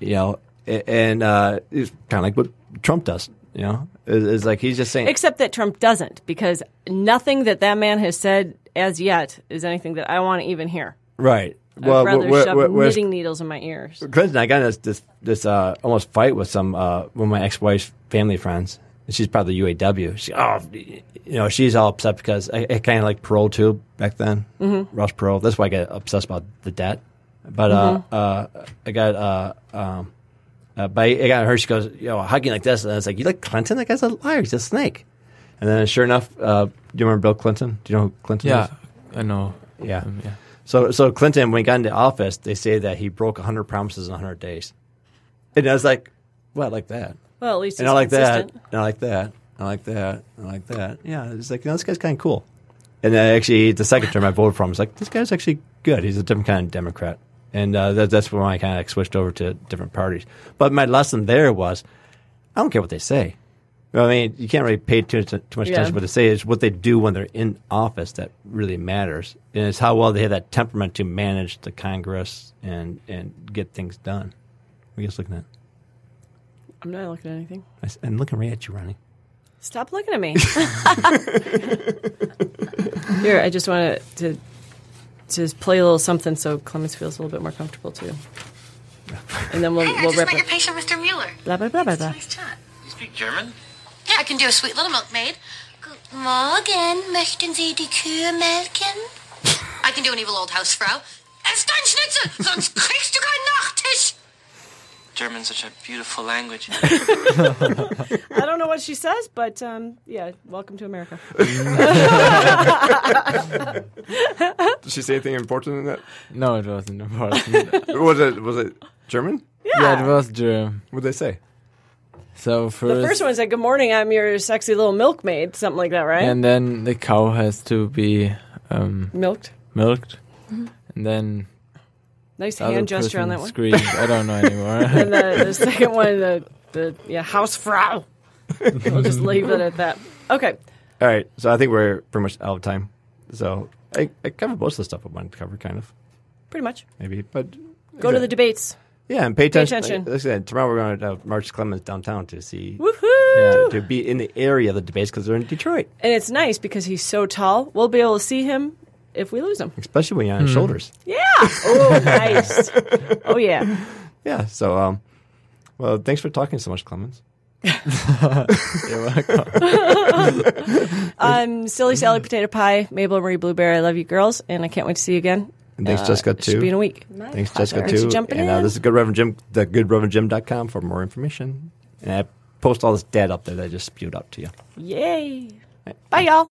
Speaker 2: you know, a- and uh, it's kind of like what Trump does. You know, It's- it's like he's just saying
Speaker 3: Except that Trump doesn't, because nothing that that man has said as yet is anything that I want to even hear.
Speaker 2: Right.
Speaker 3: I'd rather
Speaker 2: where-
Speaker 3: shove
Speaker 2: where- where's-
Speaker 3: knitting needles in my ears.
Speaker 2: Clinton, I got in this this, this uh, almost fight with some uh, one of my ex wife's family friends. And She's part of the UAW. She, oh, you know, she's all upset because I, I kind of like parole too back then. Mm-hmm. Rush parole. That's why I got obsessed about the debt. But uh,
Speaker 3: Mm-hmm.
Speaker 2: uh, I got uh, um, uh, but I got her. She goes, you know, hugging like this, and I was like, you like Clinton? That guy's a liar. He's a snake. And then, sure enough, uh, do you remember Bill Clinton? Do you know who Clinton
Speaker 4: Yeah,
Speaker 2: is?
Speaker 4: I know.
Speaker 2: Yeah.
Speaker 4: Um, yeah.
Speaker 2: So, so Clinton, when he got into office, they say that he broke 100 promises in 100 days. And I was like, well, I like that.
Speaker 3: Well, at least
Speaker 2: And
Speaker 3: he's
Speaker 2: I like
Speaker 3: consistent.
Speaker 2: that. And I like that. I like that. I like that. Yeah, it's like, you know, this guy's kind of cool. And then actually, the second term I voted for him, I was like, this guy's actually good. He's a different kind of Democrat. And uh, that, that's when I kind of like switched over to different parties. But my lesson there was I don't care what they say. I mean, you can't really pay too, too much
Speaker 3: Yeah.
Speaker 2: attention to what they say. It's what they do when they're in office that really matters. And it's how well they have that temperament to manage the Congress and, and get things done. What are you guys looking at?
Speaker 3: I'm not looking at anything.
Speaker 2: I s- I'm looking right at you, Ronnie.
Speaker 3: Stop looking at me. [laughs] Here, I just wanted to just play a little something so Clemens feels a little bit more comfortable too. And then we'll
Speaker 7: Hey, I
Speaker 3: we'll
Speaker 7: just
Speaker 3: rip
Speaker 7: met your
Speaker 3: it.
Speaker 7: patient, Mr. Mueller.
Speaker 3: Blah blah blah blah blah.
Speaker 7: Nice chat.
Speaker 8: You speak German?
Speaker 7: Yeah, I can do a sweet little milkmaid. Guten Morgen, möchten Sie die Kühe melken? I can do an evil old Hausfrau. Ess dein Schnitzel, sonst kriegst du keinen Nachtisch.
Speaker 8: German's such a
Speaker 2: [laughs]
Speaker 8: beautiful language.
Speaker 3: I don't know what she says, but um, yeah, welcome to America.
Speaker 2: Did she say anything important in that?
Speaker 4: No, it wasn't [laughs] important.
Speaker 2: Was it was it German?
Speaker 4: yeah, it was German.
Speaker 2: What did they say?
Speaker 4: So first,
Speaker 3: The first one said, "Good morning, I'm your sexy little milkmaid," something like that, right?
Speaker 4: and then the cow has to be um,
Speaker 3: Milked.
Speaker 4: milked, and then
Speaker 3: Nice
Speaker 4: the other
Speaker 3: hand gesture on
Speaker 4: person
Speaker 3: that one.
Speaker 4: screamed. I don't know [laughs] anymore.
Speaker 3: And the, the second one, the the yeah, Hausfrau. we'll just leave it at that. Okay.
Speaker 2: All right, so I think we're pretty much out of time. So I, I covered most of the stuff I wanted to cover, kind of
Speaker 3: Pretty much.
Speaker 2: maybe, but
Speaker 3: Go to the debates.
Speaker 2: yeah, and pay attention.
Speaker 3: attention.
Speaker 2: Like I said, tomorrow we're going to have March Clemens downtown to see to,
Speaker 3: Woohoo!
Speaker 2: to be in the area of the debates because they're in Detroit,
Speaker 3: And it's nice because he's so tall. We'll be able to see him if we lose him.
Speaker 2: especially when you're on his shoulders.
Speaker 3: Yeah. [laughs] Oh, nice. Oh, yeah.
Speaker 2: Yeah. So um, well, thanks for talking so much, Clemens.
Speaker 3: Um, silly Sally Potato Pie, Mabel Marie Blueberry. I love you girls, and I can't wait to see you again.
Speaker 2: And thanks, Jessica
Speaker 3: It should
Speaker 2: too.
Speaker 3: be in Uh, a week.
Speaker 2: Thanks, Jessica,
Speaker 3: Thanks for
Speaker 2: too.
Speaker 3: jumping
Speaker 2: and uh,
Speaker 3: in.
Speaker 2: this is Good Reverend Jim, the goodreverendjim.com for more information. And I post all this data up there that I just spewed up to you.
Speaker 3: Yay. Bye, y'all.